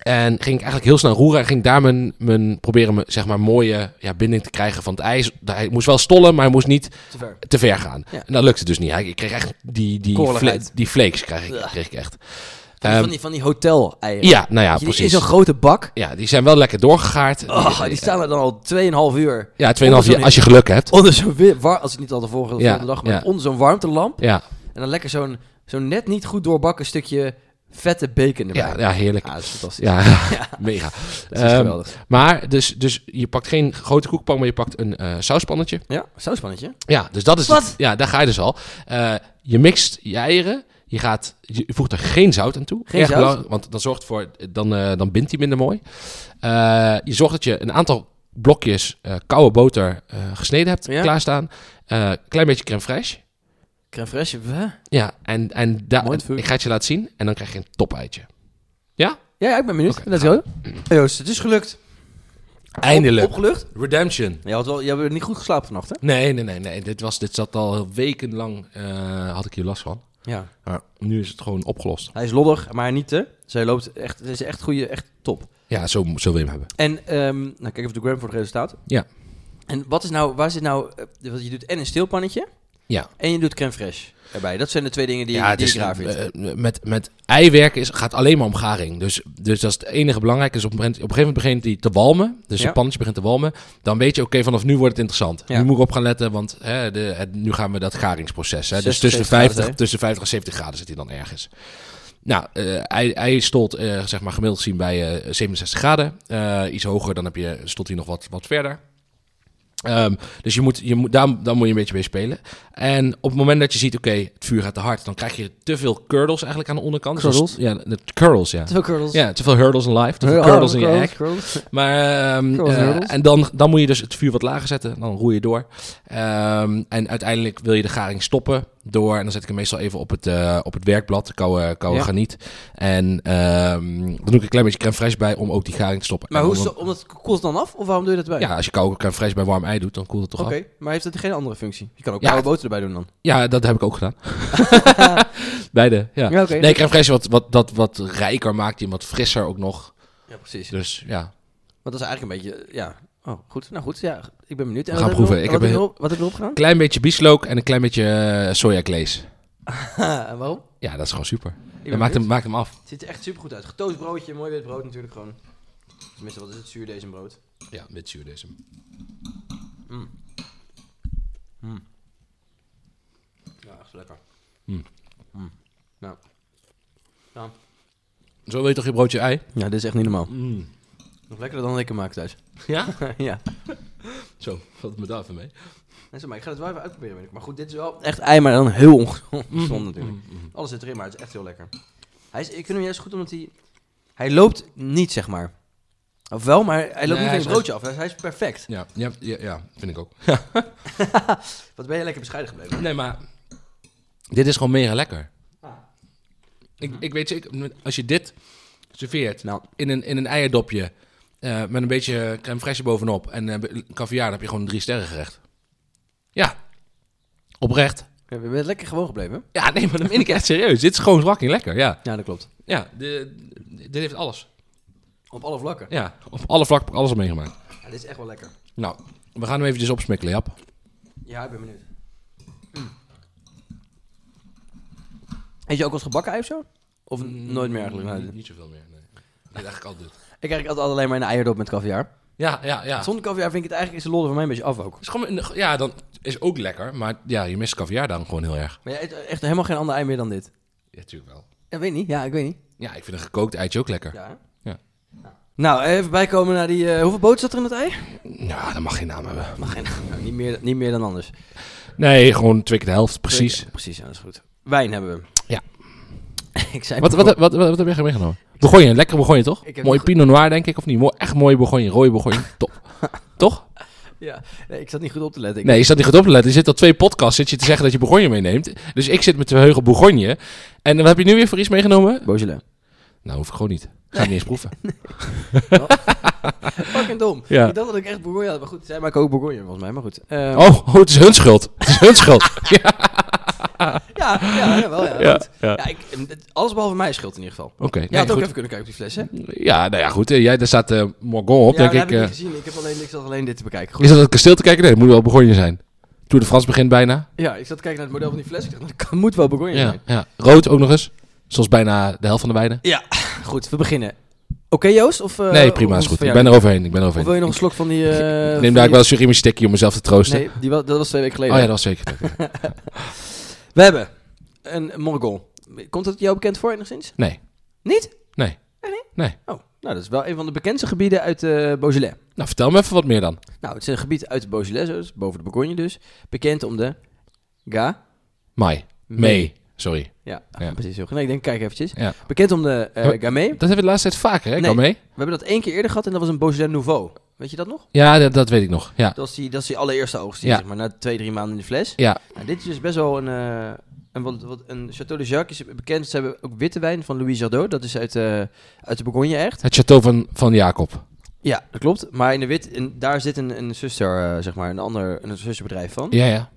Speaker 2: En ging ik eigenlijk heel snel roeren en ging daar mijn, mijn proberen mijn, zeg maar, mooie ja, binding te krijgen van het ijs. Hij moest wel stollen, maar hij moest niet
Speaker 1: Te ver.
Speaker 2: te ver gaan.
Speaker 1: Ja.
Speaker 2: En dat lukte dus niet. Hij- Ik kreeg echt die, die,
Speaker 1: Korreligheid.
Speaker 2: fla- die flakes, kreeg ik,
Speaker 1: Ja.
Speaker 2: kreeg ik echt.
Speaker 1: Van, die-
Speaker 2: Ehm,
Speaker 1: van die, van die hotel-eieren.
Speaker 2: ja, nou ja,
Speaker 1: Die In
Speaker 2: precies.
Speaker 1: zo'n grote bak.
Speaker 2: Ja, die zijn wel lekker doorgegaard.
Speaker 1: Oh, die staan er dan al 2,5 uur.
Speaker 2: ja, 2,5
Speaker 1: zo'n-
Speaker 2: jaar als je geluk hebt.
Speaker 1: Onder zo'n wi- war, als het niet al de vorige of
Speaker 2: Ja,
Speaker 1: volgende dag, maar
Speaker 2: ja.
Speaker 1: onder zo'n warmtelamp.
Speaker 2: Ja,
Speaker 1: En dan lekker zo'n zo'n net niet goed doorbakken stukje vette bacon erbij.
Speaker 2: ja, ja heerlijk.
Speaker 1: Ah, dat is fantastisch.
Speaker 2: Ja, mega.
Speaker 1: Dat is
Speaker 2: Ehm,
Speaker 1: geweldig.
Speaker 2: Maar, dus, dus je pakt geen grote koekpan, maar je pakt een eh, sauspannetje.
Speaker 1: Ja, sauspannetje.
Speaker 2: Ja, dus dat is...
Speaker 1: Wat?
Speaker 2: Ja, daar ga je dus al. Eh, je mixt je eieren. Je, gaat, je voegt er geen zout aan toe.
Speaker 1: Geen
Speaker 2: Erg
Speaker 1: zout?
Speaker 2: belangrijk, want dat zorgt voor... Dan, eh, dan bindt die minder mooi. Eh, je zorgt dat je een aantal blokjes eh, koude boter eh, gesneden hebt
Speaker 1: Ja.
Speaker 2: klaarstaan. Eh, klein beetje crème fraîche.
Speaker 1: Crème fraîche. hè?
Speaker 2: Ja, en, en daar
Speaker 1: Mooi vuur.
Speaker 2: ik ga het je laten zien. En dan krijg je een topeitje.
Speaker 1: Ja, ja, ik ben benieuwd.
Speaker 2: Oké. nou.
Speaker 1: Let's go. Joost, het is gelukt.
Speaker 2: Eindelijk.
Speaker 1: Op- opgelucht.
Speaker 2: Redemption.
Speaker 1: Je, had wel, je hebt niet goed geslapen vannacht, hè?
Speaker 2: Nee, nee, nee. nee. Dit, was, dit zat al wekenlang... eh had ik hier last van.
Speaker 1: Ja.
Speaker 2: Maar nu is het gewoon opgelost.
Speaker 1: Hij is loddig, maar niet te. Dus hij loopt echt, het is echt goede, echt top.
Speaker 2: Ja, zo, zo wil je hem hebben.
Speaker 1: En ehm nou, kijk even op de gram voor het resultaat.
Speaker 2: Ja.
Speaker 1: En wat is nou, waar zit nou, eh, wat je doet en een stilpannetje.
Speaker 2: Ja.
Speaker 1: En je doet crème fraîche erbij. Dat zijn de twee dingen die,
Speaker 2: ja,
Speaker 1: ik-
Speaker 2: het
Speaker 1: die
Speaker 2: is,
Speaker 1: ik raar vind.
Speaker 2: eh, met, met ei werken is, gaat alleen maar om garing. Dus, dus dat is het enige belangrijke. Is op, een moment- op een gegeven moment begint die te walmen. Dus
Speaker 1: Ja.
Speaker 2: het pannetje begint te walmen. Dan weet je, oké, vanaf nu wordt het interessant.
Speaker 1: Ja.
Speaker 2: Nu moet ik op gaan letten, want hè, de, het- nu gaan we dat garingsproces. Hè.
Speaker 1: 60,
Speaker 2: Dus tussen de
Speaker 1: 70
Speaker 2: 50,
Speaker 1: graden, hè?
Speaker 2: tussen 50 en 70 graden zit hij dan ergens. Nou, eh, ei, ei stolt eh, zeg maar gemiddeld zien bij eh, 67 graden. Eh, iets hoger, dan heb je, stolt hij nog wat, wat verder. Ehm, dus je moet, je moet, daar, daar moet je een beetje mee spelen. En op het moment dat je ziet, oké, het vuur gaat te hard, dan krijg je te veel curdles eigenlijk aan de onderkant. Zoals-
Speaker 1: Curdles?
Speaker 2: Ja, de curls, ja.
Speaker 1: veel curls.
Speaker 2: Ja, te veel hurdles in life, te veel curdles in je egg. Maar, ehm,
Speaker 1: Curls en
Speaker 2: eh,
Speaker 1: hurdles.
Speaker 2: en dan, dan moet je dus het vuur wat lager zetten. Dan roei je door. Ehm, en uiteindelijk wil je de garing stoppen door... En dan zet ik hem meestal even op het, eh, op het werkblad, de koude, koude
Speaker 1: Ja.
Speaker 2: graniet. En ehm, dan doe ik een klein beetje crème fraîche bij om ook die garing te stoppen.
Speaker 1: Maar
Speaker 2: En
Speaker 1: hoe
Speaker 2: om
Speaker 1: is
Speaker 2: hem-
Speaker 1: dat, omdat, koelt het dan af? Of waarom doe je dat bij?
Speaker 2: Ja, als je koude crème fraîche bij warm ei doet, dan koelt het toch
Speaker 1: Oké,
Speaker 2: af.
Speaker 1: maar heeft het geen andere functie? Je kan ook
Speaker 2: Ja.
Speaker 1: koude boter erbij doen dan.
Speaker 2: Ja, dat heb ik ook gedaan. Beide, ja.
Speaker 1: Ja, oké.
Speaker 2: Nee, crème fraîche wat, wat, dat wat rijker maakt die hem wat frisser ook nog.
Speaker 1: Ja, precies.
Speaker 2: Dus ja,
Speaker 1: Want dat is eigenlijk een beetje, ja. Oh, goed. Nou goed, ja. Ik ben benieuwd. En
Speaker 2: We
Speaker 1: wat
Speaker 2: gaan
Speaker 1: hebben
Speaker 2: proeven. Ik
Speaker 1: Wat
Speaker 2: heb
Speaker 1: hebben
Speaker 2: een-
Speaker 1: we erop- wat hebben we opgedaan?
Speaker 2: klein beetje bieslook en een klein beetje eh, sojaglaze.
Speaker 1: en waarom? Ik
Speaker 2: Ja, dat is gewoon super.
Speaker 1: ben
Speaker 2: En maakt hem,
Speaker 1: benieuwd.
Speaker 2: maakt hem af.
Speaker 1: Het ziet er echt supergoed uit. Getoast broodje, mooi wit brood natuurlijk gewoon. Tenminste, wat is het? Zuurdees en brood.
Speaker 2: Ja, met zuurdesem.
Speaker 1: Ja, echt lekker.
Speaker 2: Mm.
Speaker 1: Mm. Nou. Ja.
Speaker 2: Zo wil je toch je broodje ei?
Speaker 1: ja, dit is echt niet normaal.
Speaker 2: Mm.
Speaker 1: Nog lekkerder dan ik hem maak thuis.
Speaker 2: Ja?
Speaker 1: ja.
Speaker 2: Zo, valt me daar even mee.
Speaker 1: Mensen, maar ik ga het wel even uitproberen. weet ik. Maar goed, dit is wel echt ei, maar dan heel ongezond
Speaker 2: Mm.
Speaker 1: natuurlijk. Alles zit erin, maar het is echt heel lekker. Hij is, ik vind hem juist goed omdat hij... Hij loopt niet, zeg maar. Of wel, maar hij loopt
Speaker 2: Nee,
Speaker 1: niet van
Speaker 2: hij
Speaker 1: je
Speaker 2: is-
Speaker 1: broodje af. Hij is perfect.
Speaker 2: Ja, ja, ja, ja, vind ik ook.
Speaker 1: Wat ben je lekker bescheiden gebleven.
Speaker 2: Nee, maar dit is gewoon mega lekker.
Speaker 1: Ah.
Speaker 2: Ik, ik weet zeker, als je dit serveert
Speaker 1: Nou,
Speaker 2: in een, in een eierdopje eh, met een beetje crème fraîche bovenop en eh, be- caviar, dan heb je gewoon een drie sterren gerecht. Ja, oprecht.
Speaker 1: we zijn lekker gewoon gebleven.
Speaker 2: Ja, nee, maar dan meen ik echt serieus. Dit is gewoon fucking lekker, ja.
Speaker 1: Ja, dat klopt.
Speaker 2: Ja, de- dit heeft alles.
Speaker 1: Op alle vlakken.
Speaker 2: Ja, op alle vlakken heb ik alles al meegemaakt.
Speaker 1: Ja, dit is echt wel lekker.
Speaker 2: Nou, we gaan hem eventjes opsmikkelen, Jap.
Speaker 1: Ja, ik ben benieuwd. Mm. Eet je ook wat gebakken ei of zo? Of n- nooit meer eigenlijk? Nou,
Speaker 2: Niet zoveel meer, nee. Dat eigenlijk altijd.
Speaker 1: ik krijg altijd alleen maar een eierdop met kaviaar.
Speaker 2: Ja, ja, ja.
Speaker 1: Zonder kaviaar vind ik het eigenlijk is de lol er voor mij een beetje af ook.
Speaker 2: Is gewoon, een- ja, dan is ook lekker, maar ja, je mist caviar dan gewoon heel erg.
Speaker 1: Maar jij eet echt helemaal geen ander ei meer dan dit.
Speaker 2: Ja, natuurlijk wel.
Speaker 1: Ik weet niet, ja, ik weet niet.
Speaker 2: Ja, ik vind een gekookt eitje ook lekker. Ja,
Speaker 1: Ja.
Speaker 2: Ja.
Speaker 1: Nou, even bijkomen naar die... eh, hoeveel boter zat er in het ei?
Speaker 2: dat mag geen naam hebben.
Speaker 1: Mag geen, nou, niet, meer, niet meer dan anders.
Speaker 2: Nee, gewoon twee keer de helft, precies.
Speaker 1: Ja, precies, ja, dat is goed. Wijn hebben we.
Speaker 2: Ja.
Speaker 1: ik zei...
Speaker 2: Wat, wat, wat, wat, wat heb jij meegenomen? Begonje, lekker begonje toch?
Speaker 1: Ik heb
Speaker 2: Mooi
Speaker 1: nog-
Speaker 2: Pinot Noir denk ik, of niet? Mooi, echt mooi begonje, rode begonje, top. toch?
Speaker 1: Ja, nee, ik zat niet goed op te letten. Ik-
Speaker 2: Nee, je staat niet goed op te letten. Je zit al twee podcasts, zit je te zeggen dat je begonje meeneemt. Dus ik zit met de heugen begonje. En wat heb je nu weer voor iets meegenomen?
Speaker 1: Beaujolais.
Speaker 2: Nou, hoef ik gewoon niet. Ga ik niet eens proeven.
Speaker 1: Fucking dom.
Speaker 2: Ja.
Speaker 1: Ik dacht dat ik echt Bourgogne had. Maar goed, zij maken ook Bourgogne volgens mij. Maar goed. Ehm,
Speaker 2: Oh, oh, het is hun schuld. Het is hun schuld.
Speaker 1: Ja, ja, ja, wel ja.
Speaker 2: Ja,
Speaker 1: goed.
Speaker 2: ja.
Speaker 1: Ja, ik, eh, het- alles behalve mij scheelt in ieder geval.
Speaker 2: Oké,
Speaker 1: Jij
Speaker 2: nee,
Speaker 1: had ook
Speaker 2: goed.
Speaker 1: even kunnen kijken op die fles, hè?
Speaker 2: Ja, nou ja, goed. eh, Jij, daar staat eh Morgon op,
Speaker 1: ja, dat
Speaker 2: denk
Speaker 1: heb
Speaker 2: ik.
Speaker 1: ik niet
Speaker 2: eh.
Speaker 1: gezien. Ik, heb alleen, ik zat alleen dit te bekijken. Goed.
Speaker 2: is dat het kasteel te kijken? Nee, het moet wel begonnen zijn. Tour de France begint bijna.
Speaker 1: Ja, ik zat te kijken naar het model van die fles. Ik dacht, nou, dat kan- moet wel Bourgogne
Speaker 2: Ja,
Speaker 1: zijn.
Speaker 2: ja. Rood ook nog eens. Zoals bijna de helft van de wijnen.
Speaker 1: Ja, goed. We beginnen. Oké, Joost? Of, eh,
Speaker 2: Nee,
Speaker 1: hoe
Speaker 2: prima, is
Speaker 1: het
Speaker 2: goed.
Speaker 1: voor
Speaker 2: Ik
Speaker 1: jou?
Speaker 2: ben er overheen. Ik ben er
Speaker 1: Of wil
Speaker 2: overheen.
Speaker 1: je nog een slok van die... eh,
Speaker 2: Ik
Speaker 1: van
Speaker 2: neem
Speaker 1: die-
Speaker 2: daar wel een surimi stekje om mezelf te troosten.
Speaker 1: Nee, die, wa- dat was twee weken
Speaker 2: oh
Speaker 1: geleden.
Speaker 2: ja, dat was zeker.
Speaker 1: We hebben een Morgon. Komt dat jou bekend voor enigszins?
Speaker 2: Nee.
Speaker 1: Niet?
Speaker 2: Nee.
Speaker 1: Echt niet?
Speaker 2: Nee.
Speaker 1: Oh, nou, dat is wel een van de bekendste gebieden uit eh Beaujolais.
Speaker 2: Nou, vertel me even wat meer dan.
Speaker 1: Nou, het is een gebied uit de Beaujolais, dus boven de Bourgogne dus. Bekend om de Ga.
Speaker 2: Mai. Mee. Sorry.
Speaker 1: Ja, ah,
Speaker 2: Ja.
Speaker 1: precies. Heel goed. Nee, ik denk, kijk eventjes.
Speaker 2: Ja.
Speaker 1: Bekend om de eh
Speaker 2: Ja.
Speaker 1: Gamay.
Speaker 2: Dat hebben we de laatste tijd vaker, hè?
Speaker 1: Nee.
Speaker 2: Kom mee.
Speaker 1: We hebben dat één keer eerder gehad en dat was een Beaujolais Nouveau. Weet je dat nog?
Speaker 2: Ja, dat, dat weet ik nog. Ja.
Speaker 1: Dat is die, dat is die allereerste oogst, die,
Speaker 2: Ja.
Speaker 1: zeg maar, na twee, drie maanden in de fles.
Speaker 2: Ja.
Speaker 1: Nou, dit is dus best wel een... eh, een, wat, wat, een Château de Jacques is bekend. Ze hebben ook witte wijn van Louis Jardot. Dat is uit, eh, uit de Bourgogne echt.
Speaker 2: Het château van, van Jacob.
Speaker 1: Ja, dat klopt. Maar in de wit, in, daar zit een, een zuster, eh, zeg maar, een ander een zusterbedrijf van.
Speaker 2: Ja, ja.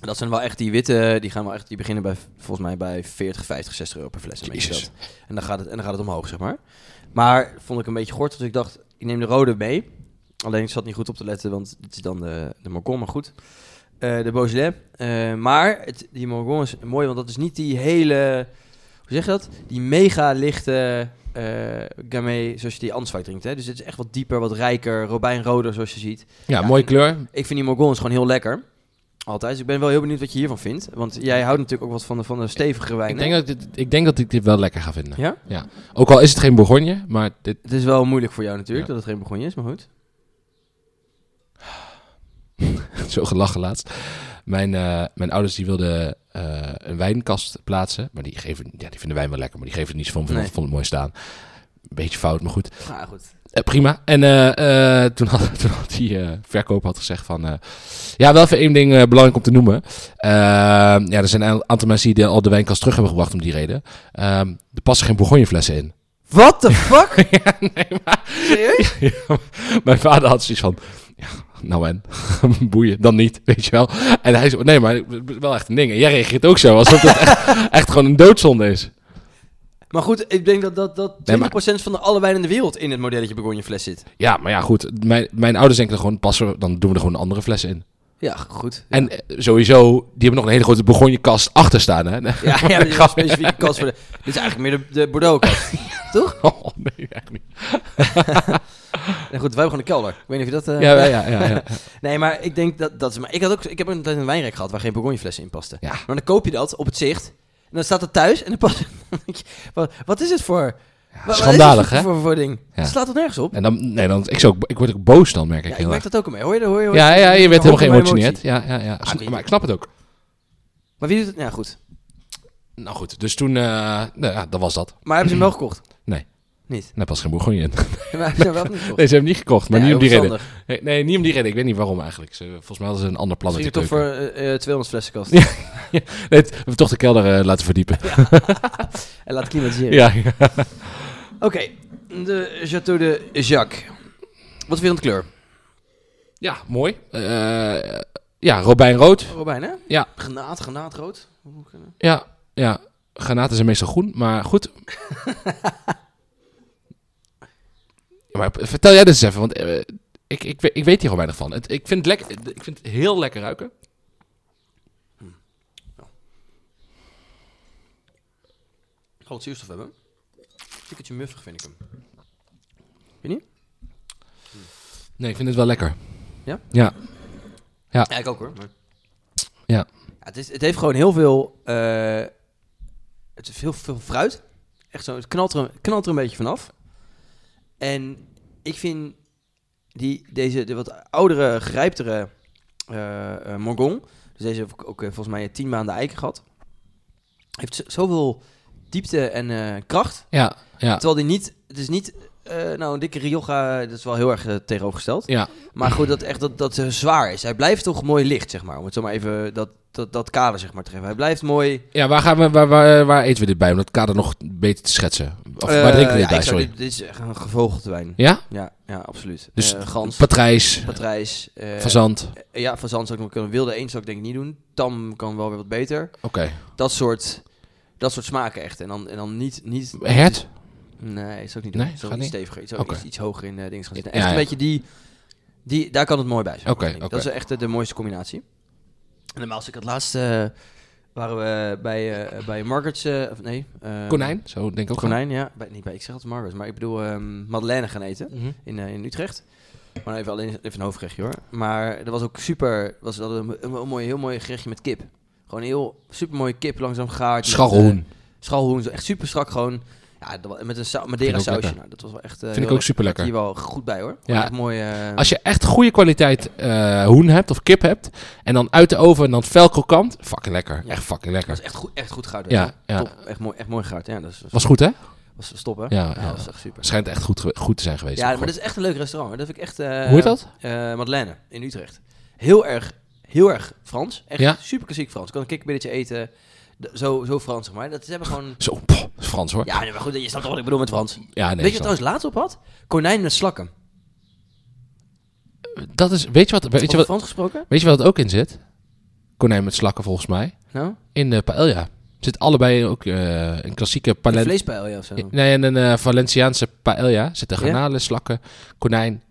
Speaker 1: En Dat zijn wel echt die witte, die gaan wel echt, die beginnen bij, volgens mij bij 40, 50, 60 euro per fles. een beetje
Speaker 2: Jezus.
Speaker 1: dat. En dan gaat het, en dan gaat het omhoog, zeg maar. Maar vond ik een beetje gort, dus ik dacht, ik neem de rode mee. Alleen ik zat niet goed op te letten, want het is dan de, de Morgon, maar goed. Eh, eh, de Beaujolais. Eh, maar het, die Morgon is mooi, want dat is niet die hele... Hoe zeg je dat? Die mega lichte eh Gamay zoals je die Answijk drinkt. Hè? Dus het is echt wat dieper, wat rijker. Robijnroder zoals je ziet.
Speaker 2: Ja,
Speaker 1: Ja,
Speaker 2: mooie
Speaker 1: en-
Speaker 2: kleur.
Speaker 1: Ik vind die Morgons gewoon heel lekker. Altijd. Dus ik ben wel heel benieuwd wat je hiervan vindt. Want jij houdt natuurlijk ook wat van de, van de stevige wijn.
Speaker 2: Ik denk, dat ik dit, ik denk dat ik dit wel lekker ga vinden.
Speaker 1: Ja?
Speaker 2: Ook al is het geen Bourgogne, maar dit...
Speaker 1: Het is wel moeilijk voor jou natuurlijk,
Speaker 2: Ja.
Speaker 1: dat het geen begonnen is, maar goed.
Speaker 2: Zo gelachen laatst. Mijn, eh, mijn ouders die wilden eh, een wijnkast plaatsen. Maar die, geven, ja, die vinden wijn wel lekker, maar die geven er niets van. Vonden
Speaker 1: Nee.
Speaker 2: vonden het mooi staan. Beetje fout, maar goed.
Speaker 1: Ja, goed.
Speaker 2: Eh, prima. En eh, eh, toen, had, toen had die eh, verkoper had gezegd van... eh, ja, wel even één ding eh, belangrijk om te noemen. Eh, ja, er zijn een aantal mensen die de, al de wijnkast terug hebben gebracht om die reden. Ehm, er passen geen Bourgogneflessen in.
Speaker 1: What the fuck?
Speaker 2: ja, nee, maar...
Speaker 1: Serieus?
Speaker 2: Mijn vader had zoiets van... Ja, nou en, boeien, dan niet, weet je wel. En hij zei, nee, maar wel echt een ding. En jij reageert ook zo, alsof dat echt, echt gewoon een doodzonde is.
Speaker 1: Maar goed, ik denk dat, dat, dat 20%
Speaker 2: Nee, maar-
Speaker 1: van de alle wijn in de wereld in het modelletje begonnen fles zit.
Speaker 2: Ja, maar ja, goed. Mijn, mijn ouders denken gewoon, passen, we- dan doen we er gewoon andere flessen in.
Speaker 1: Ja, goed.
Speaker 2: En eh, sowieso, die hebben nog een hele grote begonje-kast achter staan, hè.
Speaker 1: Ja, ja dit is een specifieke kast voor de... Dit is eigenlijk meer de, de Bordeaux-kast.
Speaker 2: Oh, nee, echt niet.
Speaker 1: En goed, wij hebben gewoon de kelder. Ik weet niet of je dat... eh,
Speaker 2: Ja, ja, ja. ja, ja.
Speaker 1: Nee, maar ik denk dat... dat is, maar ik, had ook, ik heb een tijd een wijnrek gehad waar geen begonjeflessen in pasten.
Speaker 2: Ja.
Speaker 1: Maar dan koop je dat op het zicht. En dan staat het thuis en dan past... wat, wat is het voor... wa- wat is het
Speaker 2: Schandalig,
Speaker 1: voor-
Speaker 2: hè?
Speaker 1: Voor, voor ding.
Speaker 2: Ja.
Speaker 1: Het slaat toch nergens op?
Speaker 2: En dan, nee, dan, ik, zou ook- ik word ook boos dan, merk ik
Speaker 1: Ja, ik
Speaker 2: heel
Speaker 1: merk
Speaker 2: erg.
Speaker 1: dat ook al mee. Hoor je, hoor je, hoor je-
Speaker 2: Ja, ja, je werd helemaal
Speaker 1: hoor mijn emotie.
Speaker 2: geëmotioneerd. Ja, ja, ja.
Speaker 1: Ah, wie-
Speaker 2: Maar ik snap het ook.
Speaker 1: Maar wie doet het? Ja, goed.
Speaker 2: Nou goed, dus toen, eh nou, ja, dat was dat.
Speaker 1: Maar hebben ze hem wel gekocht?
Speaker 2: Nee.
Speaker 1: Niet.
Speaker 2: Daar pas geen Bourgogne in.
Speaker 1: Maar hebben ze hem wel niet gekocht?
Speaker 2: Nee, ze hebben hem niet gekocht, maar
Speaker 1: Ja,
Speaker 2: niet om die
Speaker 1: heel
Speaker 2: reden.
Speaker 1: verstandig.
Speaker 2: Nee, nee, niet om die reden. Ik weet niet waarom eigenlijk. Ze, volgens mij hadden ze een ander plan.
Speaker 1: Misschien
Speaker 2: met
Speaker 1: toch
Speaker 2: die
Speaker 1: voor
Speaker 2: keuken.
Speaker 1: eh, eh, 200 flessenkast.
Speaker 2: Ja. Nee, het- we hebben toch de kelder eh, laten verdiepen.
Speaker 1: En laat klimatiseren.
Speaker 2: Ja, ja.
Speaker 1: Oké, de Chateau de Jacques. Wat vind je aan de kleur?
Speaker 2: Ja, mooi. Eh, ja, robijnrood.
Speaker 1: Robijn, hè?
Speaker 2: Ja.
Speaker 1: Genaat, genaatrood.
Speaker 2: Ja, ja. Granaten zijn meestal groen, maar goed. Ja, maar vertel jij dit eens even, want eh, ik, ik, weet- ik weet hier gewoon weinig van. Het, ik, vind het lekker, ik vind het heel lekker ruiken.
Speaker 1: Groot zuurstof hebben. Een tikkeltje muffig vind ik hem.
Speaker 2: Nee, ik vind het wel lekker.
Speaker 1: Ja?
Speaker 2: Ja.
Speaker 1: Ja, ik ook hoor. maar-
Speaker 2: Ja.
Speaker 1: het, is, het heeft gewoon heel veel... eh, het is heel veel fruit. Echt zo, het knalt er, een- knalt er een beetje vanaf. En ik vind die, deze de wat oudere, grijptere eh eh, Morgon... Dus deze heb ik ook eh, volgens mij tien maanden eiken gehad. Heeft z- zoveel diepte en eh, kracht.
Speaker 2: Ja, ja.
Speaker 1: Terwijl die niet, het is niet, eh, nou een dikke Rioja, dat is wel heel erg eh, tegenovergesteld.
Speaker 2: Ja.
Speaker 1: Maar goed, dat echt dat, dat eh, zwaar is. Hij blijft toch mooi licht, zeg maar. Om het zo maar even dat, dat, dat kader zeg maar te geven. Hij blijft mooi.
Speaker 2: Ja, waar, gaan we, waar, waar, waar eten we dit bij? Om dat kader nog beter te schetsen. Of waar
Speaker 1: eh,
Speaker 2: drinken we dit
Speaker 1: ja,
Speaker 2: bij,
Speaker 1: ik zou
Speaker 2: sorry?
Speaker 1: Dit, dit is echt een gevogelde wijn.
Speaker 2: Ja?
Speaker 1: Ja, ja, absoluut. Dus
Speaker 2: Dus
Speaker 1: gans,
Speaker 2: Patrijs,
Speaker 1: patrijs. eh,
Speaker 2: fazant.
Speaker 1: eh, Ja, fazant zou ik nog kunnen. Wilde eend zou ik denk ik niet doen. Tam kan wel weer wat beter.
Speaker 2: Oké.
Speaker 1: Dat soort, dat soort smaken echt. En dan, en dan niet, niet...
Speaker 2: Hert?
Speaker 1: Nee, zou ik niet doen.
Speaker 2: Nee,
Speaker 1: zou
Speaker 2: gaat
Speaker 1: iets
Speaker 2: niet?
Speaker 1: steviger, iets,
Speaker 2: Oké.
Speaker 1: iets, iets hoger in eh dingen gaan zitten.
Speaker 2: Ja,
Speaker 1: Echt een
Speaker 2: ja.
Speaker 1: beetje die, die, daar kan het mooi bij zijn.
Speaker 2: Oké,
Speaker 1: vind ik.
Speaker 2: oké.
Speaker 1: Dat is echt eh, de mooiste combinatie. En normaal als ik het laatste eh, waren we bij, eh bij Margaret's, eh, of nee. eh,
Speaker 2: Konijn? Zo denk ik ook.
Speaker 1: Konijn, ja. Bij, niet bij, ik zeg altijd Margaret's, maar ik bedoel ehm, Madeleine gaan eten
Speaker 2: Mhm.
Speaker 1: in, eh, in Utrecht. Maar even alleen even een hoofdgerechtje hoor. Maar er was ook super, was dat een, een, een mooi, heel mooi gerechtje met kip. Gewoon een heel super mooie kip, langzaam gaard. met, eh,
Speaker 2: Scharrelhoen.
Speaker 1: schalhoen, zo echt super strak gewoon. Ja, dat wa- met een sa- Madeira
Speaker 2: ook
Speaker 1: sausje.
Speaker 2: lekker.
Speaker 1: Nou, dat was wel echt.
Speaker 2: Vind ik ook super lekker.
Speaker 1: Hier wel goed bij hoor.
Speaker 2: Ja.
Speaker 1: Echt mooi. eh,
Speaker 2: Als je echt goede kwaliteit eh, hoen hebt of kip hebt. En dan uit de oven en dan fel krokant. Fucking lekker.
Speaker 1: Ja.
Speaker 2: Echt fucking
Speaker 1: dat
Speaker 2: lekker.
Speaker 1: is echt goed, echt goed goud.
Speaker 2: Ja, ja.
Speaker 1: Top, echt mooi, echt mooi goud. Ja, dat is, was,
Speaker 2: Was goed hè?
Speaker 1: was top hè.
Speaker 2: Ja,
Speaker 1: dat
Speaker 2: ja.
Speaker 1: was echt super.
Speaker 2: Schijnt echt goed, ge- goed te zijn geweest.
Speaker 1: Ja, maar
Speaker 2: Goed.
Speaker 1: dat is echt een leuk restaurant. hoor. Dat vind ik echt. eh,
Speaker 2: Hoe heet dat?
Speaker 1: eh, Madeleine in Utrecht. Heel erg, heel erg Frans. Echt
Speaker 2: Ja?
Speaker 1: super klassiek Frans. Kan een kikkerbinnetje eten. D- Zo, zo Frans zeg maar. Dat ze hebben gewoon.
Speaker 2: Zo, poh, dat is Frans hoor. Ja,
Speaker 1: Ja, nee, maar goed, je snapt toch wat ik bedoel met Frans.
Speaker 2: nee.
Speaker 1: Weet je
Speaker 2: dat-
Speaker 1: wat ik trouwens laatst op had? Konijn met slakken.
Speaker 2: dat is, weet, je wat, weet, je
Speaker 1: Over
Speaker 2: wat,
Speaker 1: Frans gesproken?
Speaker 2: weet je wat het ook in zit? Konijn met slakken volgens mij.
Speaker 1: Nou,
Speaker 2: In de paella. Zit allebei ook eh, een klassieke
Speaker 1: een
Speaker 2: palet.
Speaker 1: vleespijl ja, of zo.
Speaker 2: Nee, en een eh, Valenciaanse paella zitten
Speaker 1: Ja?
Speaker 2: granalen, slakken, konijn,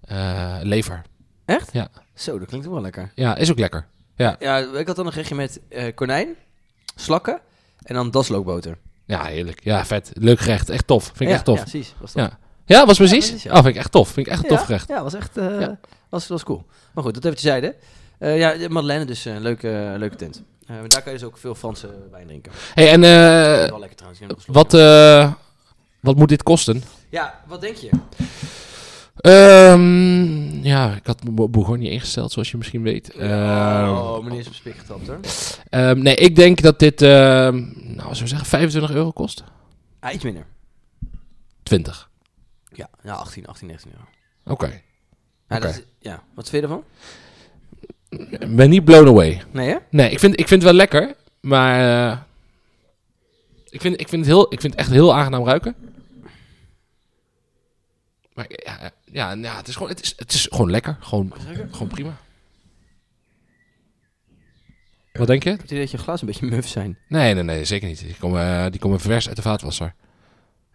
Speaker 2: eh, lever.
Speaker 1: Echt?
Speaker 2: Ja.
Speaker 1: Zo, dat klinkt wel lekker.
Speaker 2: Ja, is ook lekker.
Speaker 1: Ja, ik had dan een gerechtje met eh, konijn, slakken en dan daslookboter.
Speaker 2: Ja, heerlijk. Ja, vet. Leuk gerecht. Echt tof. Vind ik
Speaker 1: ja,
Speaker 2: echt tof.
Speaker 1: Ja,
Speaker 2: Ja,
Speaker 1: precies. Was dat.
Speaker 2: Ja, was precies?
Speaker 1: precies, ja.
Speaker 2: Oh, vind ik echt tof. Vind ik echt een tof
Speaker 1: Ja,
Speaker 2: gerecht.
Speaker 1: Ja, was echt eh,
Speaker 2: Ja.
Speaker 1: Was, was cool. Maar goed, dat even tezijde. Eh ja, de Madeleine dus een leuke, leuke tent. Eh, daar kan je dus ook veel Franse wijn drinken.
Speaker 2: hey, en eh,
Speaker 1: wel lekker trouwens. ik heb nog een
Speaker 2: wat, eh, wat moet dit kosten?
Speaker 1: slokje. Ja, wat denk je?
Speaker 2: Ehm, ja, ik had Bo- Bourgogne ingesteld, zoals je misschien weet. Ehm,
Speaker 1: oh, meneer is op spik getapt hoor.
Speaker 2: ehm, nee, ik denk dat dit, ehm, nou, zullen we zeggen, 25 euro kost?
Speaker 1: Ah, iets minder.
Speaker 2: 20.
Speaker 1: Ja, ja 18, 18, 19 euro.
Speaker 2: Oké.
Speaker 1: Ja,
Speaker 2: Oké.
Speaker 1: dat is- ja, wat vind je ervan?
Speaker 2: Ik ben niet blown away.
Speaker 1: Nee hè?
Speaker 2: Nee, ik vind, ik vind het wel lekker, maar eh, ik, vind, ik, vind het heel, ik vind het echt heel aangenaam ruiken. Maar ja, ja, ja het, is gewoon, het, is, het is gewoon lekker. Gewoon, gewoon prima. Wat denk je?
Speaker 1: Ik heb het idee dat je glas een beetje muf zijn.
Speaker 2: Nee, nee, nee, zeker niet. Die komen, eh, die komen vers uit de vaatwasser.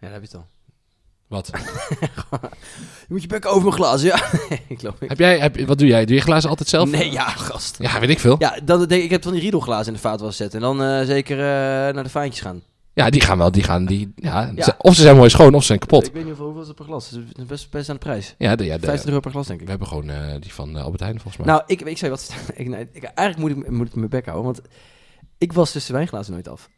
Speaker 1: Ja, daar heb je het al.
Speaker 2: Wat?
Speaker 1: Je moet je bek over mijn glas, ja. Nee, ik geloof niet.
Speaker 2: heb jij, heb, wat doe jij? Doe je glazen altijd zelf?
Speaker 1: Nee, ja, gast.
Speaker 2: Ja, weet ik veel. Ja,
Speaker 1: Ja, dat, ik heb van die riedelglazen in de vaatwas zetten. En dan eh, zeker eh, naar de fijntjes gaan.
Speaker 2: die gaan wel. Die gaan, die, ja,
Speaker 1: Ja.
Speaker 2: ze- Of ze zijn mooi schoon, of ze zijn kapot.
Speaker 1: Ik weet niet hoeveel, hoeveel is het per glas. Het is best, best aan de prijs.
Speaker 2: Ja, de, ja, de-
Speaker 1: 15 euro per glas, denk ik.
Speaker 2: we hebben gewoon eh, die van eh, Albert Heijn volgens mij.
Speaker 1: Nou, ik, ik zei wat. Ik, nee, ik- eigenlijk moet ik, moet ik mijn bek houden, want ik was dus de wijnglazen nooit af.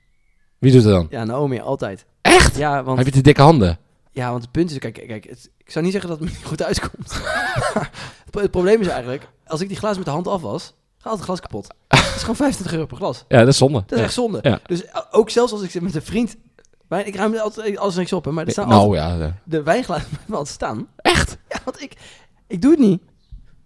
Speaker 2: Wie doet het dan?
Speaker 1: Ja, Naomi, altijd.
Speaker 2: Echt?
Speaker 1: Ja, want,
Speaker 2: Heb je te dikke handen?
Speaker 1: ja, want het punt is, kijk, kijk het- ik zou niet zeggen dat het me niet goed uitkomt. het, pro- het probleem is eigenlijk, als ik die glazen met de hand af was, gaat het glas kapot. Het is gewoon 25 euro per glas.
Speaker 2: Ja, dat is zonde.
Speaker 1: Dat is echt zonde.
Speaker 2: Ja.
Speaker 1: Dus eh, ook zelfs als ik zit met een vriend, wijn, ik ruim altijd alles niks op, hè, maar er
Speaker 2: Nee,
Speaker 1: staan altijd
Speaker 2: nou ja. eh.
Speaker 1: de wijnglazen bij me altijd staan.
Speaker 2: Echt?
Speaker 1: Ja, want ik, ik doe het niet.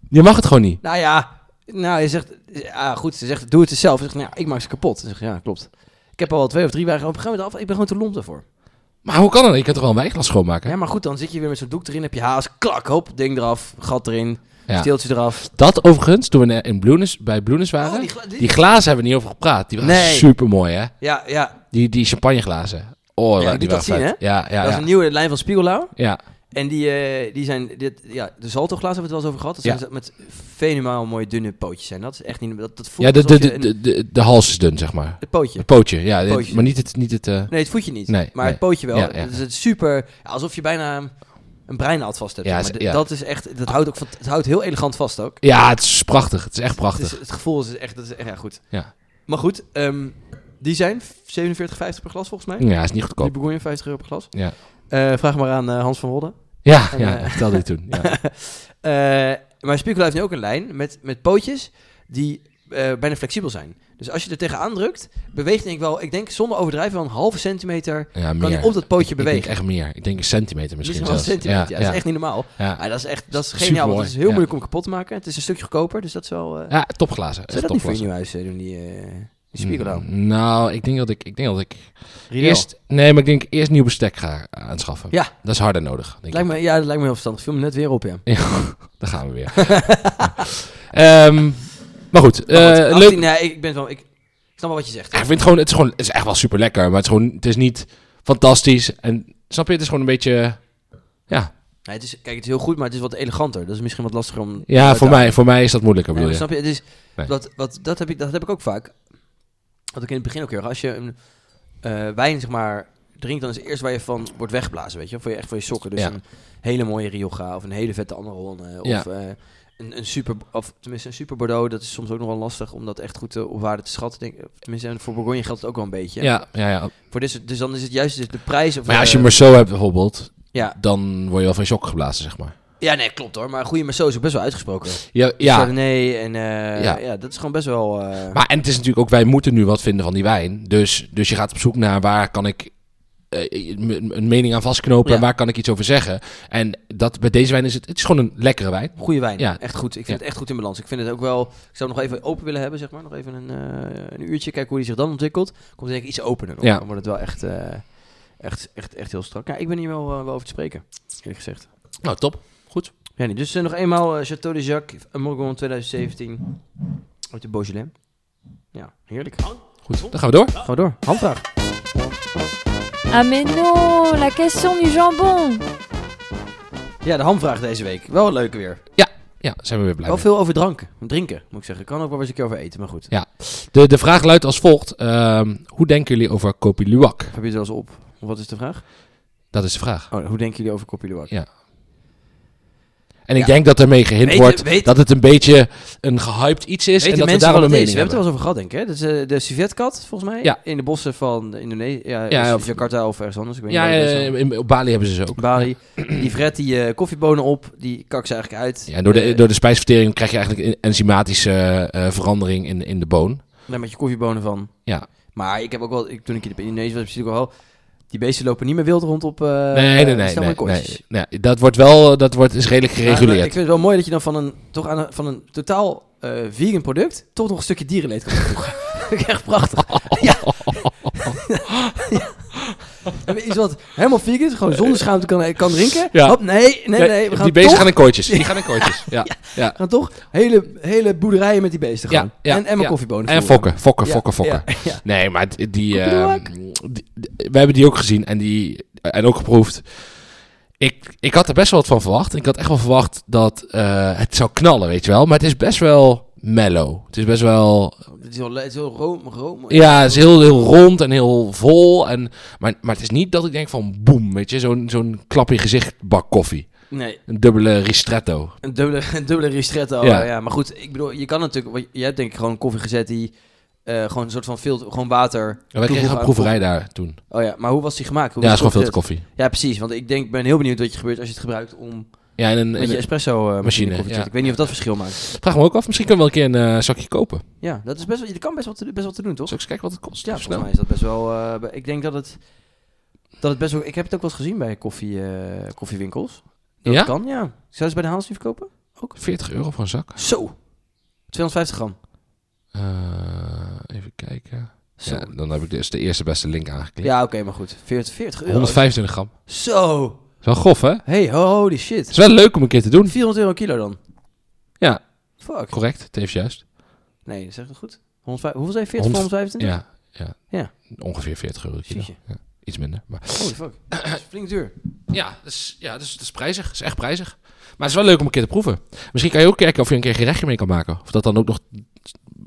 Speaker 2: Je mag het gewoon niet.
Speaker 1: Nou ja, nou, je zegt, ja, goed, ze zegt, doe het zelf. Ze zegt, nou, ja, ik maak ze kapot. Ze zegt, ja, klopt. Ik heb al wel twee of drie wagen op een gegeven moment af. Ik ben gewoon te lomp daarvoor.
Speaker 2: Maar hoe kan dat? Je kunt toch wel een wijnglas schoonmaken?
Speaker 1: Ja, maar goed, dan zit je weer met zo'n doek erin, heb je haast, klak, hop, ding eraf, gat erin,
Speaker 2: Ja.
Speaker 1: steeltje eraf.
Speaker 2: Dat overigens, toen we in Bloenis, bij Bloenis waren,
Speaker 1: Oh, die
Speaker 2: die,
Speaker 1: gla- die-
Speaker 2: glazen hebben we niet over gepraat. Die waren
Speaker 1: Nee.
Speaker 2: super mooi, hè?
Speaker 1: Ja, ja,
Speaker 2: Die, die champagneglazen. Oh,
Speaker 1: Ja,
Speaker 2: ja, die
Speaker 1: liet
Speaker 2: waren
Speaker 1: dat zien,
Speaker 2: vet. Ja, ja,
Speaker 1: dat is
Speaker 2: ja.
Speaker 1: een nieuwe lijn van Spiegelau.
Speaker 2: ja.
Speaker 1: En die, eh, die zijn, dit, ja, de Zalto-glazen hebben we het wel eens over gehad. Dat
Speaker 2: Ja.
Speaker 1: zijn ze met fenomenaal mooie dunne pootjes zijn. Dat is echt niet, dat, dat voelt
Speaker 2: Ja, de, de,
Speaker 1: alsof je
Speaker 2: de,
Speaker 1: een-
Speaker 2: de, de, de hals is dun, zeg maar.
Speaker 1: het pootje.
Speaker 2: Het pootje, ja. dit-
Speaker 1: Pootje.
Speaker 2: Maar niet het... Niet het eh,
Speaker 1: Nee, het voetje niet,
Speaker 2: Nee,
Speaker 1: maar
Speaker 2: nee.
Speaker 1: het pootje wel. Dus
Speaker 2: Ja, ja.
Speaker 1: Het is het super, ja, alsof je bijna een breinaald vast hebt.
Speaker 2: Ja,
Speaker 1: zeg
Speaker 2: ze-
Speaker 1: maar. D-
Speaker 2: ja.
Speaker 1: Dat is echt, dat houdt ook, van- het houdt heel elegant vast ook.
Speaker 2: Ja, het is prachtig. Het is echt
Speaker 1: Het,
Speaker 2: prachtig.
Speaker 1: is, het gevoel is echt, dat is echt ja, goed.
Speaker 2: Ja.
Speaker 1: Maar goed, ehm, die zijn 47,50 per glas volgens mij.
Speaker 2: Ja, het is niet
Speaker 1: Die
Speaker 2: goedkoop.
Speaker 1: begon je 50 euro per glas.
Speaker 2: Ja.
Speaker 1: Eh, vraag maar aan eh, Hans van Wolde.
Speaker 2: Ja,
Speaker 1: En,
Speaker 2: ja,
Speaker 1: eh,
Speaker 2: vertelde je toen. Ja.
Speaker 1: Eh, maar Spiegel heeft nu ook een lijn met, met pootjes die eh, bijna flexibel zijn. Dus als je er tegenaan drukt, beweegt denk ik wel, ik denk zonder overdrijven wel een halve centimeter
Speaker 2: ja,
Speaker 1: kan
Speaker 2: meer.
Speaker 1: hij op dat pootje
Speaker 2: Ik denk
Speaker 1: bewegen.
Speaker 2: echt meer. Ik denk een centimeter misschien
Speaker 1: Misschien wel een
Speaker 2: zelfs.
Speaker 1: centimeter, ja,
Speaker 2: ja,
Speaker 1: dat
Speaker 2: ja,
Speaker 1: is echt niet normaal.
Speaker 2: ja.
Speaker 1: Ah, dat is echt dat is
Speaker 2: Supermooi,
Speaker 1: geniaal, want het is heel
Speaker 2: ja.
Speaker 1: moeilijk om kapot te maken. Het is een stukje goedkoper, dus dat is wel... eh
Speaker 2: Ja, topglazen.
Speaker 1: zou je
Speaker 2: Echt
Speaker 1: dat niet voor je
Speaker 2: topglazen.
Speaker 1: nieuw huis eh, doen, die, eh die spiegel dan?
Speaker 2: Mm, Nou, ik denk dat ik, ik, denk dat ik
Speaker 1: Riedel.
Speaker 2: eerst. Nee, maar ik denk eerst nieuw bestek ga aanschaffen.
Speaker 1: Ja.
Speaker 2: Dat is harder nodig. Denk
Speaker 1: Lijkt
Speaker 2: ik.
Speaker 1: me, ja, dat lijkt me heel verstandig. Film me net weer op, ja.
Speaker 2: Ja, daar gaan we weer. Ehm, maar goed, eh,
Speaker 1: Maar goed, 18,
Speaker 2: leuk. Ah.
Speaker 1: Nee, ik, ben wel, ik, ik snap wel wat je zegt.
Speaker 2: Ja, ik vind het gewoon, het is gewoon, het is echt wel super lekker, maar het is gewoon, het is niet fantastisch. En snap je, het is gewoon een beetje, ja,
Speaker 1: Nee, het is, kijk, het is heel goed, maar het is wat eleganter. Dat is misschien wat lastiger om...
Speaker 2: ja,
Speaker 1: uit
Speaker 2: voor
Speaker 1: te-
Speaker 2: mij, voor mij is dat moeilijker.
Speaker 1: Nee,
Speaker 2: Bedoel
Speaker 1: maar
Speaker 2: je?
Speaker 1: snap je? Het is,
Speaker 2: Nee.
Speaker 1: wat, wat, dat, heb ik, dat heb ik ook vaak. Wat ik in het begin ook heel erg... Als je een eh, wijn, zeg maar, drinkt... dan is het eerst waar je van wordt weggeblazen, weet je? Voor je, echt voor je sokken. Dus
Speaker 2: Ja.
Speaker 1: een hele mooie Rioja of een hele vette Amarone. eh, Of
Speaker 2: Ja.
Speaker 1: eh, een, een super... Of tenminste, een super Bordeaux. Dat is soms ook nog wel lastig om dat echt goed eh, op waarde te schatten. Denk, ik. tenminste, en voor Bourgogne geldt het ook wel een beetje.
Speaker 2: Ja, ja, ja.
Speaker 1: Voor dit, soort- dus dan is het juist de prijs... Of
Speaker 2: Maar ja, als je
Speaker 1: eh,
Speaker 2: Merceau hebt bijvoorbeeld,
Speaker 1: ja.
Speaker 2: dan word je wel van je sokken geblazen, zeg maar.
Speaker 1: ja, nee, klopt hoor. Maar een goede Merceau is ook best wel uitgesproken.
Speaker 2: Ja, ja.
Speaker 1: Chardonnay en... eh,
Speaker 2: Ja.
Speaker 1: ja. dat is gewoon best wel... eh,
Speaker 2: Maar en het is natuurlijk ook, wij moeten nu wat vinden van die wijn. Dus, dus je gaat op zoek naar waar kan ik eh, m- een mening aan vastknopen en
Speaker 1: Ja.
Speaker 2: waar kan ik iets over zeggen. En dat, bij deze wijn is het, het is gewoon een lekkere wijn.
Speaker 1: Goede wijn.
Speaker 2: Ja.
Speaker 1: Echt goed. Ik vind het
Speaker 2: Ja.
Speaker 1: echt goed in balans. Ik vind het ook wel. Ik zou hem nog even open willen hebben, zeg maar. Nog even een, eh, een uurtje. Kijken hoe hij zich dan ontwikkelt. Komt denk ik iets opener. Op.
Speaker 2: Ja.
Speaker 1: Dan wordt het wel echt, eh, echt, echt, echt heel strak. Ja, ik ben hier wel, eh, wel over te spreken. Eerlijk gezegd.
Speaker 2: Nou, top. Goed.
Speaker 1: Ja, niet. Dus eh, nog eenmaal eh, Château de Jacques, eh, Morgon 2017. Uit de Beaujolais. Ja, heerlijk.
Speaker 2: Goed, dan gaan we door.
Speaker 1: Gaan we door. Handvraag.
Speaker 3: Ah mais non, la question du jambon
Speaker 1: Ja, de hamvraag deze week. Wel leuk weer.
Speaker 2: Ja, zijn we weer blij
Speaker 1: Wel
Speaker 2: mee.
Speaker 1: veel over dranken. Drinken, moet ik zeggen. Kan ook wel eens een keer over eten, maar goed.
Speaker 2: Ja. De, de vraag luidt als volgt. ehm, hoe denken jullie over Kopi Luwak?
Speaker 1: Heb je het wel eens op? Wat is de vraag?
Speaker 2: Dat is de vraag.
Speaker 1: Oh, hoe denken jullie over Koppie Luwak?
Speaker 2: Ja. En ik
Speaker 1: Ja.
Speaker 2: denk dat ermee gehind
Speaker 1: Weet-
Speaker 2: wordt
Speaker 1: weet-
Speaker 2: dat het een beetje een gehyped iets
Speaker 1: Weten
Speaker 2: is. en dat we
Speaker 1: mensen
Speaker 2: daarom
Speaker 1: wat
Speaker 2: een
Speaker 1: het is?
Speaker 2: mening
Speaker 1: We hebben het er
Speaker 2: hebben.
Speaker 1: wel eens over gehad, denk ik. Hè? Dat is eh, de civetkat, volgens mij.
Speaker 2: Ja.
Speaker 1: In de bossen van Indonesië. Ja,
Speaker 2: Ja,
Speaker 1: of
Speaker 2: of-
Speaker 1: Jakarta of ergens anders. Ik weet
Speaker 2: Ja,
Speaker 1: niet waar het is.
Speaker 2: eh, in, op Bali hebben ze ze ook.
Speaker 1: Bali. Die vret die eh, koffiebonen op, die kak ze eigenlijk uit.
Speaker 2: Ja, en door, de,
Speaker 1: Eh,
Speaker 2: door de spijsvertering krijg je eigenlijk een enzymatische eh, eh, verandering in, in de boon.
Speaker 1: Daar met je koffiebonen van.
Speaker 2: Ja.
Speaker 1: Maar ik heb ook wel, ik, toen ik in Indonesië was, misschien ook wel, die beesten lopen niet meer wild rond op. eh,
Speaker 2: nee, nee, nee.
Speaker 1: snel
Speaker 2: nee,
Speaker 1: in kooitjes.
Speaker 2: nee, nee. Dat wordt wel eh, dat wordt, is redelijk
Speaker 1: Maar, maar
Speaker 2: gereguleerd.
Speaker 1: Nou, ik vind het wel mooi dat je dan van een, toch aan een, van een totaal eh, vegan product toch nog een stukje dierenleed kan toevoegen. Vind ik Echt prachtig. ja. Ja. En Iets wat helemaal vegan is, gewoon zonder schaamte kan, kan drinken.
Speaker 2: Ja.
Speaker 1: Hop, nee, nee, nee. We gaan
Speaker 2: die beesten
Speaker 1: toch,
Speaker 2: gaan in kooitjes. Die gaan in kooitjes. Ja. Ja.
Speaker 1: we gaan toch hele, hele boerderijen met die beesten
Speaker 2: Ja,
Speaker 1: gaan.
Speaker 2: ja,
Speaker 1: en, en mijn
Speaker 2: ja.
Speaker 1: koffiebonen.
Speaker 2: En
Speaker 1: voeren.
Speaker 2: fokken, fokken,
Speaker 1: Ja,
Speaker 2: fokken, fokken.
Speaker 1: ja, ja.
Speaker 2: Nee, maar d- die,
Speaker 1: Koekedoe
Speaker 2: ehm,
Speaker 1: ook.
Speaker 2: die- d- we hebben die ook gezien en, die, en ook geproefd. Ik, ik had er best wel wat van verwacht. Ik had echt wel verwacht dat eh, het zou knallen, weet je wel. Maar het is best wel mellow. Het is best wel...
Speaker 1: Het is wel, het is wel room, room.
Speaker 2: Ja, het is heel, heel rond en heel vol. En, maar, maar het is niet dat ik denk van boem, weet je. Zo'n zo'n klap in je gezicht bak koffie.
Speaker 1: Nee,
Speaker 2: Een dubbele ristretto.
Speaker 1: een dubbele, een dubbele ristretto. Ja.
Speaker 2: Ja.
Speaker 1: maar goed, ik bedoel, je kan natuurlijk... want Je hebt denk ik gewoon koffie gezet die... eh, gewoon een soort van filter, gewoon water.
Speaker 2: En wij kregen
Speaker 1: toevoegen
Speaker 2: een
Speaker 1: aan-
Speaker 2: proeverij daar toen.
Speaker 1: Oh ja, maar hoe was die gemaakt? Hoe
Speaker 2: Ja, het is
Speaker 1: was die
Speaker 2: gewoon veel te koffie.
Speaker 1: Ja, precies. Want ik denk, ben heel benieuwd wat je gebeurt als je het gebruikt om
Speaker 2: Ja, en een,
Speaker 1: met je
Speaker 2: en-
Speaker 1: espresso eh, machine
Speaker 2: Machine,
Speaker 1: koffie te
Speaker 2: ja.
Speaker 1: zetten. Ik weet niet of dat verschil maakt.
Speaker 2: vraag me ook af, misschien kunnen we wel een keer een eh, zakje kopen.
Speaker 1: Ja, dat is best wel, je kan best wel te, best wel te doen, toch?
Speaker 2: Zal ik eens kijken wat het kost?
Speaker 1: Ja,
Speaker 2: Even
Speaker 1: volgens
Speaker 2: snel.
Speaker 1: mij is dat best wel. eh, ik denk dat het, dat het best wel. Ik heb het ook wel eens gezien bij koffie, eh, koffiewinkels. Dat
Speaker 2: Ja?
Speaker 1: het kan, ja. Zou je ze bij de Hanslief kopen?
Speaker 2: 40 euro voor een zak.
Speaker 1: Zo! 250 gram.
Speaker 2: Eh, even kijken.
Speaker 1: Zo.
Speaker 2: Ja,
Speaker 1: Ja,
Speaker 2: dan heb ik dus de eerste beste link aangeklikt.
Speaker 1: oké, maar goed. 40, 40 euro.
Speaker 2: 125 gram.
Speaker 1: Zo!
Speaker 2: Dat is wel grof, hè?
Speaker 1: Hey, holy
Speaker 2: Het
Speaker 1: shit.
Speaker 2: is wel leuk om een keer te doen.
Speaker 1: 400 euro kilo dan.
Speaker 2: Ja,
Speaker 1: Fuck.
Speaker 2: correct. Het heeft juist.
Speaker 1: Nee, zeg het goed. 105, hoeveel zijn 40 voor 125?
Speaker 2: Ja, ja.
Speaker 1: Ja.
Speaker 2: Ongeveer 40 euro. kilo.
Speaker 1: Jeetje.
Speaker 2: Ja, iets minder. Maar.
Speaker 1: Holy fuck. Dat is flink duur.
Speaker 2: Ja, dus, ja dus, het is prijzig. Het is echt prijzig. Maar het is wel leuk om een keer te proeven. Misschien kan je ook kijken of je een keer een gerechtje mee kan maken. Of dat dan ook nog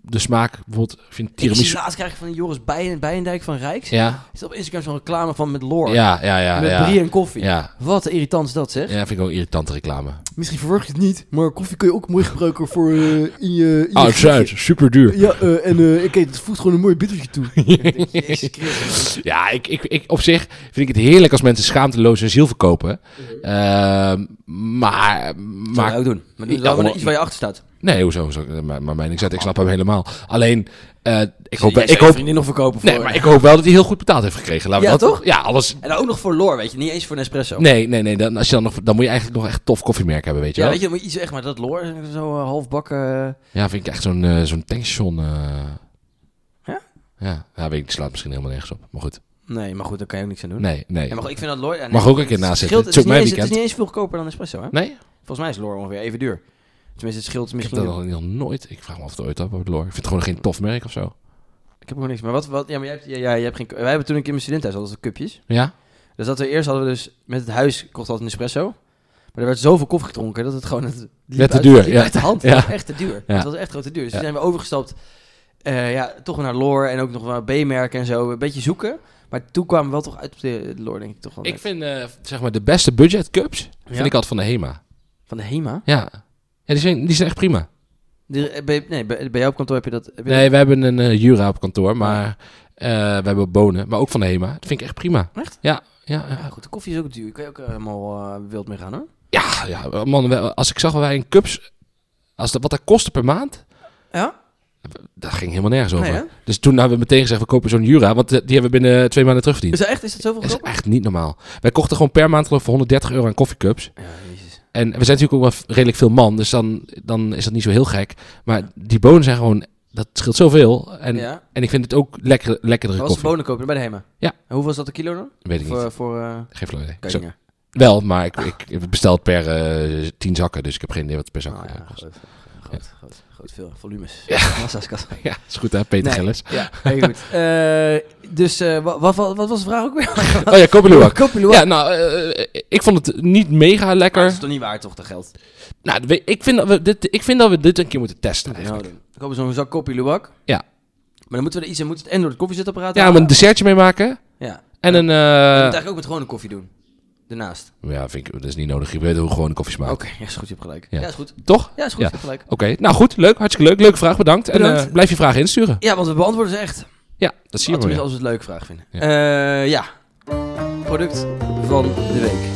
Speaker 2: de smaak, bijvoorbeeld, of je een
Speaker 1: Ik zie
Speaker 2: tiramisu...
Speaker 1: laatst krijg ik van die Joris Bijen, Bijendijk van Rijks.
Speaker 2: Ja,
Speaker 1: Is op Instagram zo'n reclame van met Lore.
Speaker 2: ja, ja, ja.
Speaker 1: met
Speaker 2: ja.
Speaker 1: brie en koffie.
Speaker 2: Ja,
Speaker 1: Wat irritant is dat zeg.
Speaker 2: ja, vind ik ook een irritante reclame.
Speaker 1: Misschien verwacht je het niet, maar koffie kun je ook mooi gebruiken voor eh, in je...
Speaker 2: Oh, het is uit. Super duur.
Speaker 1: Ja, eh, en kijk, het voegt gewoon een mooi bittertje toe. Jezus Christus.
Speaker 2: Ja, ik, ik, ik, op zich vind ik het heerlijk als mensen schaamteloos hun ziel verkopen.
Speaker 1: Mhm.
Speaker 2: Ehm, maar,
Speaker 1: Zou je
Speaker 2: maar...
Speaker 1: nou ook doen. Maar doe
Speaker 2: Ja,
Speaker 1: dan
Speaker 2: maar-
Speaker 1: iets waar je achter staat.
Speaker 2: Nee, hoezo? hoezo? maar, maar mijn ik zet, ik snap hem helemaal. Alleen, eh, ik hoop...
Speaker 1: Jij zou
Speaker 2: Ik
Speaker 1: je
Speaker 2: hoop
Speaker 1: vriendin nog verkopen voor.
Speaker 2: nee, maar ik hoop wel dat hij heel goed betaald heeft gekregen. Laten we
Speaker 1: Ja,
Speaker 2: dat,
Speaker 1: toch?
Speaker 2: Ja, alles...
Speaker 1: En dan ook nog voor Lore, weet je. Niet eens voor Nespresso.
Speaker 2: Nee, nee, nee. Dan, als je dan, nog, dan moet je eigenlijk nog echt tof koffiemerk hebben, weet je
Speaker 1: Ja,
Speaker 2: wel?
Speaker 1: weet je, dan moet je iets echt, maar dat Lore, zo eh, halfbakken... eh,
Speaker 2: Ja, vind ik echt zo'n eh, zo'n tankstation... eh.
Speaker 1: Ja?
Speaker 2: Ja, ja, weet ik, slaat misschien helemaal nergens op. Maar goed.
Speaker 1: Nee, maar goed, daar kan je ook niks aan doen.
Speaker 2: Nee, nee.
Speaker 1: Ja, maar goed, ik vind dat Lore... ja, nee,
Speaker 2: Mag ook een keer
Speaker 1: het
Speaker 2: naast
Speaker 1: scheelt-
Speaker 2: zitten.
Speaker 1: Het is niet
Speaker 2: Het is ook mijn
Speaker 1: eens- het is
Speaker 2: weekend.
Speaker 1: niet eens veel goedkoper dan Nespresso, hè?
Speaker 2: Nee?
Speaker 1: Volgens mij is Lore ongeveer even duur. Tenminste, het scheelt
Speaker 2: Ik heb
Speaker 1: misschien...
Speaker 2: dat nog, nog nooit. Ik vraag me af of het ooit op wordt, Lor. Ik vind het gewoon geen tof merk of zo.
Speaker 1: Ik heb ook niks. Maar wat, wat ja, maar jij hebt, ja, ja, jij hebt geen. Wij hebben toen ik in mijn studentenhuis hadden we cupjes.
Speaker 2: Ja?
Speaker 1: Dus dat we eerst hadden we dus met het huis kocht altijd een espresso. Maar er werd zoveel koffie gedronken dat het gewoon het liep
Speaker 2: Werd te
Speaker 1: uit-
Speaker 2: duur,
Speaker 1: liep
Speaker 2: ja.
Speaker 1: uit de hand.
Speaker 2: Ja.
Speaker 1: Het was echt te duur.
Speaker 2: Ja.
Speaker 1: Het was echt gewoon te duur. Dus toen
Speaker 2: Ja.
Speaker 1: zijn we overgestapt. eh, ja, toch naar Lore en ook nog naar B-merken en zo. Een beetje zoeken. Maar toen kwamen we wel toch uit op de Lore, denk ik toch wel.
Speaker 2: Ik
Speaker 1: net.
Speaker 2: vind, eh, zeg maar, de beste budget cups vind
Speaker 1: Ja?
Speaker 2: ik altijd van de Hema.
Speaker 1: Van de Hema.
Speaker 2: Ja. Ja, die zijn, die zijn echt prima.
Speaker 1: De, eh, bij, nee, bij, bij jou op kantoor heb je dat. heb je
Speaker 2: Nee, we hebben een eh, Jura op kantoor, maar eh, we hebben bonen, maar ook van de Hema. Dat vind ik echt prima.
Speaker 1: Echt?
Speaker 2: Ja. Ja,
Speaker 1: dat? Ja,
Speaker 2: ja.
Speaker 1: goed, de koffie is ook duur. Kan je ook eh, helemaal eh, wild mee gaan hoor.
Speaker 2: Ah, ja, ja, man, we- als ik zag wat wij in cups, als dat, wat dat kostte per maand,
Speaker 1: Ja?
Speaker 2: dat ging helemaal nergens over.
Speaker 1: Nee, hè?
Speaker 2: dus toen hebben we meteen gezegd, we kopen zo'n Jura, want eh, die hebben we binnen twee maanden terugverdiend.
Speaker 1: Is dat echt? Is dat zoveel
Speaker 2: Dat is
Speaker 1: goedkoper?
Speaker 2: echt niet normaal. Wij kochten gewoon per maand geloof ik voor 130 euro aan koffiecups.
Speaker 1: Ja, jezus.
Speaker 2: En we zijn natuurlijk ook wel f- redelijk veel man, dus dan, dan is dat niet zo heel gek. Maar die bonen zijn gewoon, dat scheelt zoveel. En,
Speaker 1: ja.
Speaker 2: en ik vind het ook lekker, lekkerdere
Speaker 1: Dat was de
Speaker 2: koffie.
Speaker 1: bonen kopen bij de Hema?
Speaker 2: Ja.
Speaker 1: En hoeveel was dat een kilo dan?
Speaker 2: Weet ik
Speaker 1: voor,
Speaker 2: niet.
Speaker 1: Voor eh,
Speaker 2: Geen flauw idee. Zo-
Speaker 1: Keuninger.
Speaker 2: wel, maar ik, ik heb het besteld per eh tien zakken, dus ik heb geen idee wat het per zak
Speaker 1: Oh,
Speaker 2: eh,
Speaker 1: ja,
Speaker 2: kost.
Speaker 1: goed. groot, groot, groot, veel volumes.
Speaker 2: Ja.
Speaker 1: Massa's kassa.
Speaker 2: Ja, is goed hè, Peter
Speaker 1: Nee,
Speaker 2: Gillis.
Speaker 1: Ja, heel goed. Eh, dus eh, wa- wa- wa- wat was de vraag ook weer?
Speaker 2: Oh ja, Kopeluwak.
Speaker 1: Kopeluwak.
Speaker 2: Ja, nou, eh, ik vond het niet mega
Speaker 1: Maar het is
Speaker 2: lekker.
Speaker 1: toch niet waar, toch, dat geld?
Speaker 2: Nou, we- ik vind, dat we dit, ik vind dat we dit een keer moeten testen
Speaker 1: Nou,
Speaker 2: eigenlijk.
Speaker 1: dan kopen we zo'n zak Kopeluwak.
Speaker 2: Ja.
Speaker 1: Maar dan moeten we er iets in, moeten we het en door het koffiezetapparaat
Speaker 2: Ja,
Speaker 1: halen.
Speaker 2: maar een dessertje mee maken.
Speaker 1: Ja.
Speaker 2: En een...
Speaker 1: Je moet
Speaker 2: eh,
Speaker 1: eigenlijk ook met gewone koffie doen. Daarnaast.
Speaker 2: Ja, vind ik, dat is niet nodig. Je weet hoe gewoon een koffie
Speaker 1: Oké,
Speaker 2: smaakt.
Speaker 1: ja, is goed, je hebt gelijk.
Speaker 2: Ja.
Speaker 1: Ja, is goed.
Speaker 2: Toch?
Speaker 1: Ja, is goed,
Speaker 2: Ja.
Speaker 1: je hebt gelijk.
Speaker 2: Oké, nou goed. Leuk. Hartstikke leuk. Leuke vraag. Bedankt. En
Speaker 1: Bedankt.
Speaker 2: eh, blijf je vragen insturen.
Speaker 1: Ja, want we beantwoorden ze echt.
Speaker 2: Ja, dat zie je wel.
Speaker 1: Tenminste,
Speaker 2: weer.
Speaker 1: als we het leuk vraag vinden.
Speaker 2: Ja.
Speaker 1: Ja. ja. Product van de week.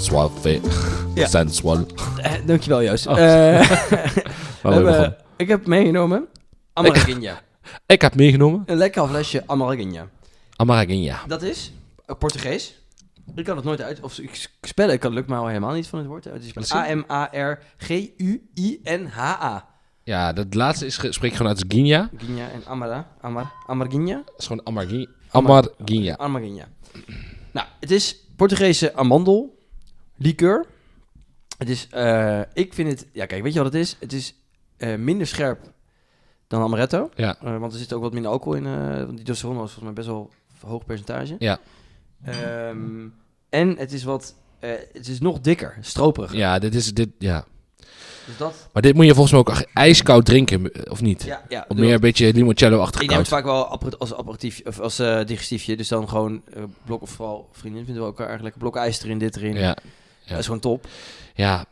Speaker 2: Suave.
Speaker 1: Ja.
Speaker 2: Sensual.
Speaker 1: Eh, dankjewel, Joost. Eh,
Speaker 2: Oh.
Speaker 1: we
Speaker 2: Waar wil je
Speaker 1: hebben-
Speaker 2: begonnen?
Speaker 1: ik heb meegenomen Amaragina.
Speaker 2: Ik heb meegenomen
Speaker 1: Een lekker flesje Amaragina.
Speaker 2: Amaraginha.
Speaker 1: Dat is eh, Portugees. Ik kan het nooit uit... Of ik s- spellen, ik kan het maar helemaal niet van het woord. Het
Speaker 2: Wat
Speaker 1: is
Speaker 2: is het?
Speaker 1: A-M-A-R-G-U-I-N-H-A.
Speaker 2: Ja, dat laatste is, ge- spreek je gewoon uit als Ginja.
Speaker 1: Ginja en Amara. Amar, Amarginha.
Speaker 2: Dat is gewoon Amargi-
Speaker 1: Amar-
Speaker 2: Amarginha.
Speaker 1: Amarginha. Nou, het is Portugese amandel, liqueur. Het is, eh, ik vind het, ja kijk, weet je wat het is? Het is eh, minder scherp dan amaretto.
Speaker 2: Ja.
Speaker 1: Eh, want er zit ook wat minder alcohol in. eh, want die Dos Hermanos is volgens mij best wel een hoog percentage.
Speaker 2: Ja.
Speaker 1: Ehm, en het is wat, eh, het is nog dikker, stroperiger.
Speaker 2: Ja, dit is... Dit, ja.
Speaker 1: Dus dat,
Speaker 2: Maar dit moet je volgens mij ook echt ijskoud drinken, eh, of niet?
Speaker 1: ja, ja.
Speaker 2: Of meer een beetje limoncello-achtig
Speaker 1: Ik neem het
Speaker 2: koud.
Speaker 1: vaak wel apper- als aperitief, of als eh, digestiefje. Dus dan gewoon eh, blok of vooral vriendin vinden we elkaar eigenlijk lekker blok ijs erin, dit erin.
Speaker 2: Ja,
Speaker 1: Dat is gewoon top.
Speaker 2: ja,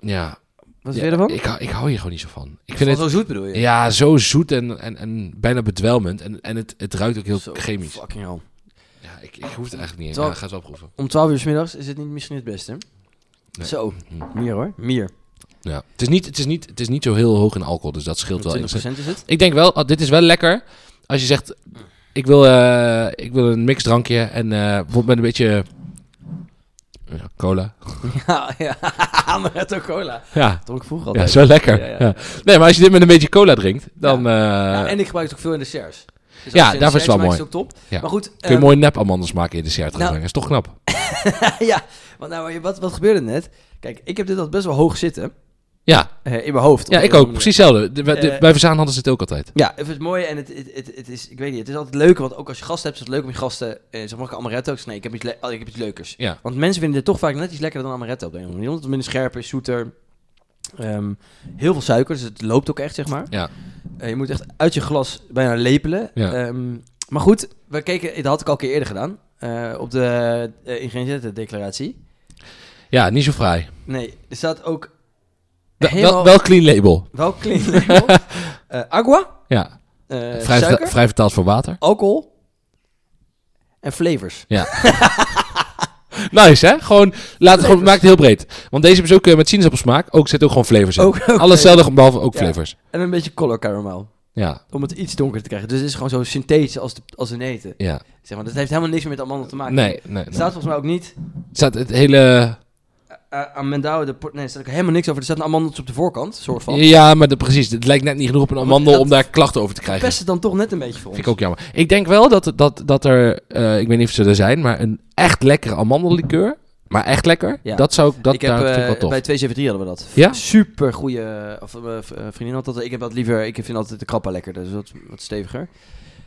Speaker 2: ja.
Speaker 1: Wat
Speaker 2: Ja,
Speaker 1: vind je ervan?
Speaker 2: Ik, hou- ik hou hier gewoon niet zo van. Ik
Speaker 1: Van
Speaker 2: vind het
Speaker 1: zo zoet bedoel je?
Speaker 2: ja, zo zoet en, en, en bijna bedwelmend. En, en het, het ruikt ook heel
Speaker 1: Zo,
Speaker 2: chemisch.
Speaker 1: Fucking hell.
Speaker 2: Ja, ik, ik hoef het eigenlijk niet.
Speaker 1: Terwijl-
Speaker 2: Ja, ik ga het wel proeven.
Speaker 1: Om 12 uur 's middags is het niet misschien het beste.
Speaker 2: Nee.
Speaker 1: Zo,
Speaker 2: Hm.
Speaker 1: meer hoor. Meer.
Speaker 2: Ja. Het, is niet, het, is niet, het is niet zo heel hoog in alcohol, dus dat scheelt wel.
Speaker 1: 20% is
Speaker 2: enigszins.
Speaker 1: het.
Speaker 2: Ik denk wel, oh, dit is wel lekker. Als je zegt, ik wil, eh, ik wil een mixdrankje en eh, bijvoorbeeld met een beetje ja, cola.
Speaker 1: Ja, ja. Amaretto cola.
Speaker 2: Ja,
Speaker 1: Dat dronk ik vroeger
Speaker 2: ja
Speaker 1: altijd.
Speaker 2: zo lekker.
Speaker 1: Ja, ja.
Speaker 2: Ja. Nee, maar als je dit met een beetje cola drinkt, dan eh,
Speaker 1: Ja, en ik gebruik het ook veel in desserts. Dus als
Speaker 2: Ja,
Speaker 1: je in
Speaker 2: daarvoor is het wel
Speaker 1: desserts maakt,
Speaker 2: mooi.
Speaker 1: is het ook top.
Speaker 2: Ja.
Speaker 1: Maar goed.
Speaker 2: kun je
Speaker 1: ehm,
Speaker 2: mooi nep amandels maken in de dessert. gaan
Speaker 1: nou-
Speaker 2: brengen. Dat is toch knap.
Speaker 1: ja, want nou, wat, wat gebeurde er net? Kijk, ik heb dit al best wel hoog zitten.
Speaker 2: Ja,
Speaker 1: eh, in mijn hoofd.
Speaker 2: ja
Speaker 1: op
Speaker 2: ik
Speaker 1: een
Speaker 2: ook.
Speaker 1: manier.
Speaker 2: Precies hetzelfde. De- we- de-
Speaker 1: Eh,
Speaker 2: bij Verzaan hadden ze het ook altijd.
Speaker 1: Ja, het is mooi en het, het, het, het is, ik weet niet, het is altijd leuker, want ook als je gasten hebt, is het leuk om je gasten, eh, zeg maar, ik amaretto, ik zeg, nee, ik heb iets, le- oh, ik heb iets leukers.
Speaker 2: Ja.
Speaker 1: Want mensen vinden dit toch vaak net iets lekkerder dan amaretto op de een of andere manier, omdat het minder scherp is, zoeter, ehm, heel veel suiker, dus het loopt ook echt, zeg maar.
Speaker 2: Ja.
Speaker 1: Eh, je moet echt uit je glas bijna lepelen.
Speaker 2: Ja.
Speaker 1: Ehm, maar goed, we keken, dat had ik al een keer eerder gedaan, eh, op de uh, ingrediëntendeclaratie.
Speaker 2: Ja, niet zo fraai.
Speaker 1: Nee, er staat ook
Speaker 2: Da- wel,
Speaker 1: helemaal,
Speaker 2: wel clean label.
Speaker 1: wel clean label. Eh, agua,
Speaker 2: Ja,
Speaker 1: eh,
Speaker 2: vrij,
Speaker 1: suiker.
Speaker 2: vrij vertaald voor water.
Speaker 1: alcohol en flavors.
Speaker 2: Nice, hè? Gewoon, laat het gewoon, maak het heel breed. Want deze hebben ze ook eh, met sinaasappelsmaak. Ook zit ook gewoon flavors in.
Speaker 1: Ook, ook
Speaker 2: Alles hetzelfde, behalve ook
Speaker 1: Ja.
Speaker 2: flavors.
Speaker 1: En een beetje color caramel.
Speaker 2: Ja,
Speaker 1: Om het iets donker te krijgen. Dus het is gewoon zo synthetisch als, de, als een eten.
Speaker 2: ja.
Speaker 1: Zeg maar, dat heeft helemaal niks meer met amandel te maken.
Speaker 2: Nee, nee.
Speaker 1: Er
Speaker 2: nee.
Speaker 1: staat volgens mij ook niet...
Speaker 2: Staat het hele...
Speaker 1: eh amandel, de, por- nee, er staat ook helemaal niks over. Er staat een amandeltje op de voorkant, soort van.
Speaker 2: Ja, maar de, precies. Het lijkt net niet genoeg op een amandel
Speaker 1: dat-
Speaker 2: om daar klachten over te krijgen.
Speaker 1: Pest het dan toch net een beetje voor ons.
Speaker 2: Vind ik ook jammer. Ik denk wel dat, dat, dat er... eh, ik weet niet of ze er zijn, maar een echt lekkere amandellikeur. Maar echt lekker.
Speaker 1: Ja.
Speaker 2: Dat zou ik... Dat
Speaker 1: ik heb,
Speaker 2: daar, vind ik wel
Speaker 1: eh,
Speaker 2: tof.
Speaker 1: bij 273 hadden we dat.
Speaker 2: Ja?
Speaker 1: Super goede of, eh, v- eh, vriendin had dat. Ik heb dat liever... Ik vind altijd de krappa lekkerder, dus wat, wat steviger.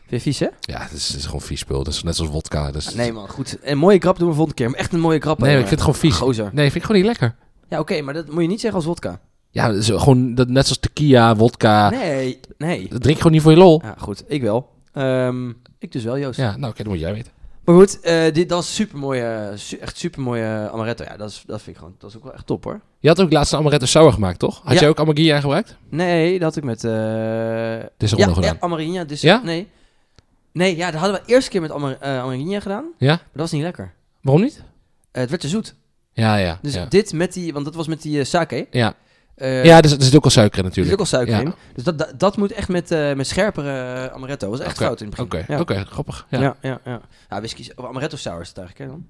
Speaker 1: Vind je vies, hè?
Speaker 2: Ja, dat is, dat is gewoon vies spul. Dat is net zoals wodka. Dat is-
Speaker 1: Ah, Nee, man, goed. Een mooie krap doen we volgende keer. Maar echt een mooie krap.
Speaker 2: nee, maar ik vind het gewoon vies.
Speaker 1: Gozer.
Speaker 2: Nee, vind ik gewoon niet lekker.
Speaker 1: Ja, oké, maar dat moet je niet zeggen als wodka.
Speaker 2: Ja, dat is gewoon dat, net zoals tequila, wodka.
Speaker 1: Nee, nee.
Speaker 2: Dat drink je gewoon niet voor je lol.
Speaker 1: Ja, goed, ik wel. Ehm, ik dus wel, Joost.
Speaker 2: Ja, nou, oké, dat moet jij weten.
Speaker 1: Maar goed, eh, dit, dat is super mooie, echt super mooie amaretto. Ja, dat, is, dat vind ik gewoon, dat is ook wel echt top hoor.
Speaker 2: Je had ook laatst een amaretto sour gemaakt, toch? Had
Speaker 1: Ja.
Speaker 2: jij ook amagia gebruikt?
Speaker 1: Nee, dat had ik met... eh
Speaker 2: Dit is er
Speaker 1: ja,
Speaker 2: nog gedaan.
Speaker 1: ja, Amarina. Dus,
Speaker 2: Ja?
Speaker 1: Nee. Nee, ja, dat hadden we eerst keer met Amar eh, Amarina gedaan.
Speaker 2: Ja?
Speaker 1: Maar dat was niet lekker.
Speaker 2: Waarom niet?
Speaker 1: Eh, het werd te zoet.
Speaker 2: Ja, ja.
Speaker 1: Dus
Speaker 2: ja.
Speaker 1: dit met die, want dat was met die eh, sake.
Speaker 2: Ja,
Speaker 1: Eh,
Speaker 2: ja er, zit, er zit ook al suiker in
Speaker 1: Er zit
Speaker 2: natuurlijk.
Speaker 1: ook al suiker
Speaker 2: Ja.
Speaker 1: in. Dus dat, dat, dat moet echt met, eh, met scherpere eh, amaretto. Dat was echt
Speaker 2: Oké,
Speaker 1: fout in het
Speaker 2: Oké,
Speaker 1: begin.
Speaker 2: oké,
Speaker 1: ja.
Speaker 2: grappig. Ja.
Speaker 1: Ja. ja, ja, ja. Ja, whisky, of amaretto sour is het eigenlijk, hè dan?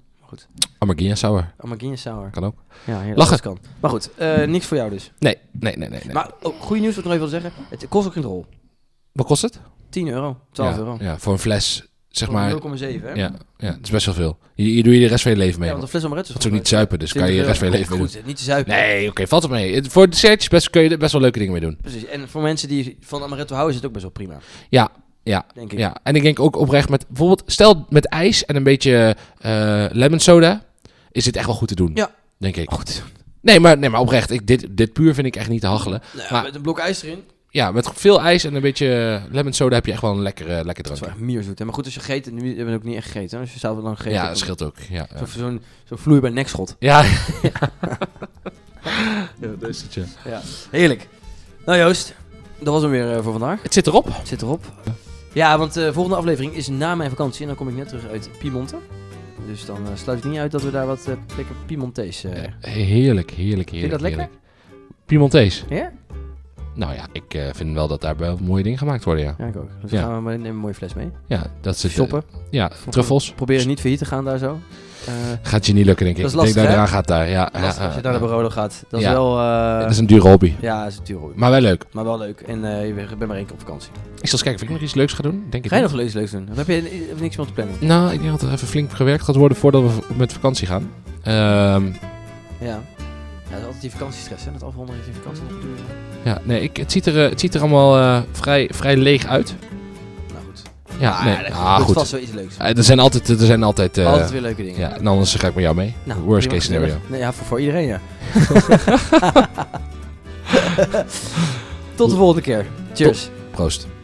Speaker 2: Amargilla sour,
Speaker 1: Amarina sour.
Speaker 2: kan ook.
Speaker 1: Ja, heel
Speaker 2: Lachen. Hm.
Speaker 1: alles kan. Maar goed, eh, niks voor jou dus.
Speaker 2: Nee, nee, nee, nee. nee.
Speaker 1: Maar oh, goede nieuws wat ik nog even wil zeggen. Het kost ook een rol.
Speaker 2: Wat kost het?
Speaker 1: 10 euro, 12
Speaker 2: ja,
Speaker 1: euro.
Speaker 2: Ja, voor een fles Zeg maar,
Speaker 1: 0,7, hè?
Speaker 2: ja, ja, dat is best wel veel. Je, je doet je de rest van je leven mee.
Speaker 1: Ja,
Speaker 2: man.
Speaker 1: want een fles amaretto
Speaker 2: dat is ook niet zuipen, dus kan je de rest van je leven mee doen.
Speaker 1: Goed, niet te zuipen.
Speaker 2: Nee, oké, valt het mee. Het- Voor dessertjes best, kun je er best wel leuke dingen mee doen.
Speaker 1: Precies. En voor mensen die van amaretto houden, is het ook best wel prima,
Speaker 2: Ja, ja,
Speaker 1: denk ik.
Speaker 2: ja. En ik denk ook oprecht met, bijvoorbeeld, stel met ijs en een beetje eh, lemon soda, is dit echt wel goed te doen.
Speaker 1: Ja.
Speaker 2: Denk ik. Nee, maar, nee, maar oprecht, ik, dit, dit puur vind ik echt niet te hachelen.
Speaker 1: Nou,
Speaker 2: Maar-
Speaker 1: Met een blok ijs erin.
Speaker 2: Ja, met veel ijs en een beetje eh, lemon soda heb je echt wel een lekkere,
Speaker 1: Dat
Speaker 2: lekker
Speaker 1: is wel
Speaker 2: drankje.
Speaker 1: echt mierzoet. Hè? Maar goed, als je gegeten, nu hebben we ook niet echt gegeten. hè. Als je zelf lang gegeten
Speaker 2: Ja,
Speaker 1: hebt,
Speaker 2: dat scheelt ook. Ja,
Speaker 1: dan-
Speaker 2: ja.
Speaker 1: Zo'n zo'n zo'n vloeibaar nekschot.
Speaker 2: ja. dat is het, ja.
Speaker 1: Heerlijk. Nou Joost, dat was hem weer eh, voor vandaag.
Speaker 2: Het zit erop.
Speaker 1: Het zit erop. Ja, want de volgende aflevering is na mijn vakantie. En dan kom ik net terug uit Piemonte. Dus dan eh, sluit het niet uit dat we daar wat eh, lekker Piemontees... eh,
Speaker 2: Heerlijk, heerlijk, heerlijk.
Speaker 1: Vind je dat lekker?
Speaker 2: heerlijk. Piemontees.
Speaker 1: Ja?
Speaker 2: Nou ja, ik eh, vind wel dat daar wel mooie dingen gemaakt worden, ja.
Speaker 1: Ja, ik ook. Dus
Speaker 2: Ja.
Speaker 1: gaan we maar nemen een mooie fles mee.
Speaker 2: Ja, dat zit... eh,
Speaker 1: Shoppen.
Speaker 2: ja, truffels.
Speaker 1: Proberen niet failliet te gaan daar zo. Eh,
Speaker 2: Gaat je niet lukken, denk ik.
Speaker 1: Dat is
Speaker 2: ik
Speaker 1: lastig,
Speaker 2: denk
Speaker 1: hè?
Speaker 2: dat eraan gaat daar, ja.
Speaker 1: lastig
Speaker 2: Ja,
Speaker 1: als je
Speaker 2: ja,
Speaker 1: naar de
Speaker 2: ja.
Speaker 1: Barolo gaat. Dat is
Speaker 2: Ah, Ja.
Speaker 1: wel... eh,
Speaker 2: Dat is een dure hobby.
Speaker 1: Ja, dat is natuurlijk duur.
Speaker 2: Maar wel leuk.
Speaker 1: Maar wel leuk. En eh, ik ben maar één keer op vakantie.
Speaker 2: Ik zal eens kijken of ik nog iets leuks ga doen. Denk ik
Speaker 1: Ga je
Speaker 2: niet.
Speaker 1: nog iets leuks doen? Of heb je eh, niks meer om te plannen?
Speaker 2: Nou, ik denk dat er even flink gewerkt gaat worden voordat we v- met vakantie gaan. Ehm,
Speaker 1: Ja. Ja, dat is altijd die vakantiestress, hè? Dat afronden heeft die vakantie nog duur.
Speaker 2: ja, nee, ik, het, ziet er, eh, het ziet er allemaal eh, vrij, vrij leeg uit.
Speaker 1: Nou goed.
Speaker 2: Ja,
Speaker 1: dat
Speaker 2: nee.
Speaker 1: is
Speaker 2: Ah, goed.
Speaker 1: vast wel iets leuks.
Speaker 2: Eh, er zijn altijd... Er zijn altijd, eh,
Speaker 1: altijd weer leuke dingen.
Speaker 2: ja, en anders ga ik met jou mee.
Speaker 1: Nou,
Speaker 2: Worst
Speaker 1: prima
Speaker 2: case scenario.
Speaker 1: gezellig. Nee, ja, voor, voor iedereen, ja. Tot de volgende keer. Cheers.
Speaker 2: Proost. eh, ah,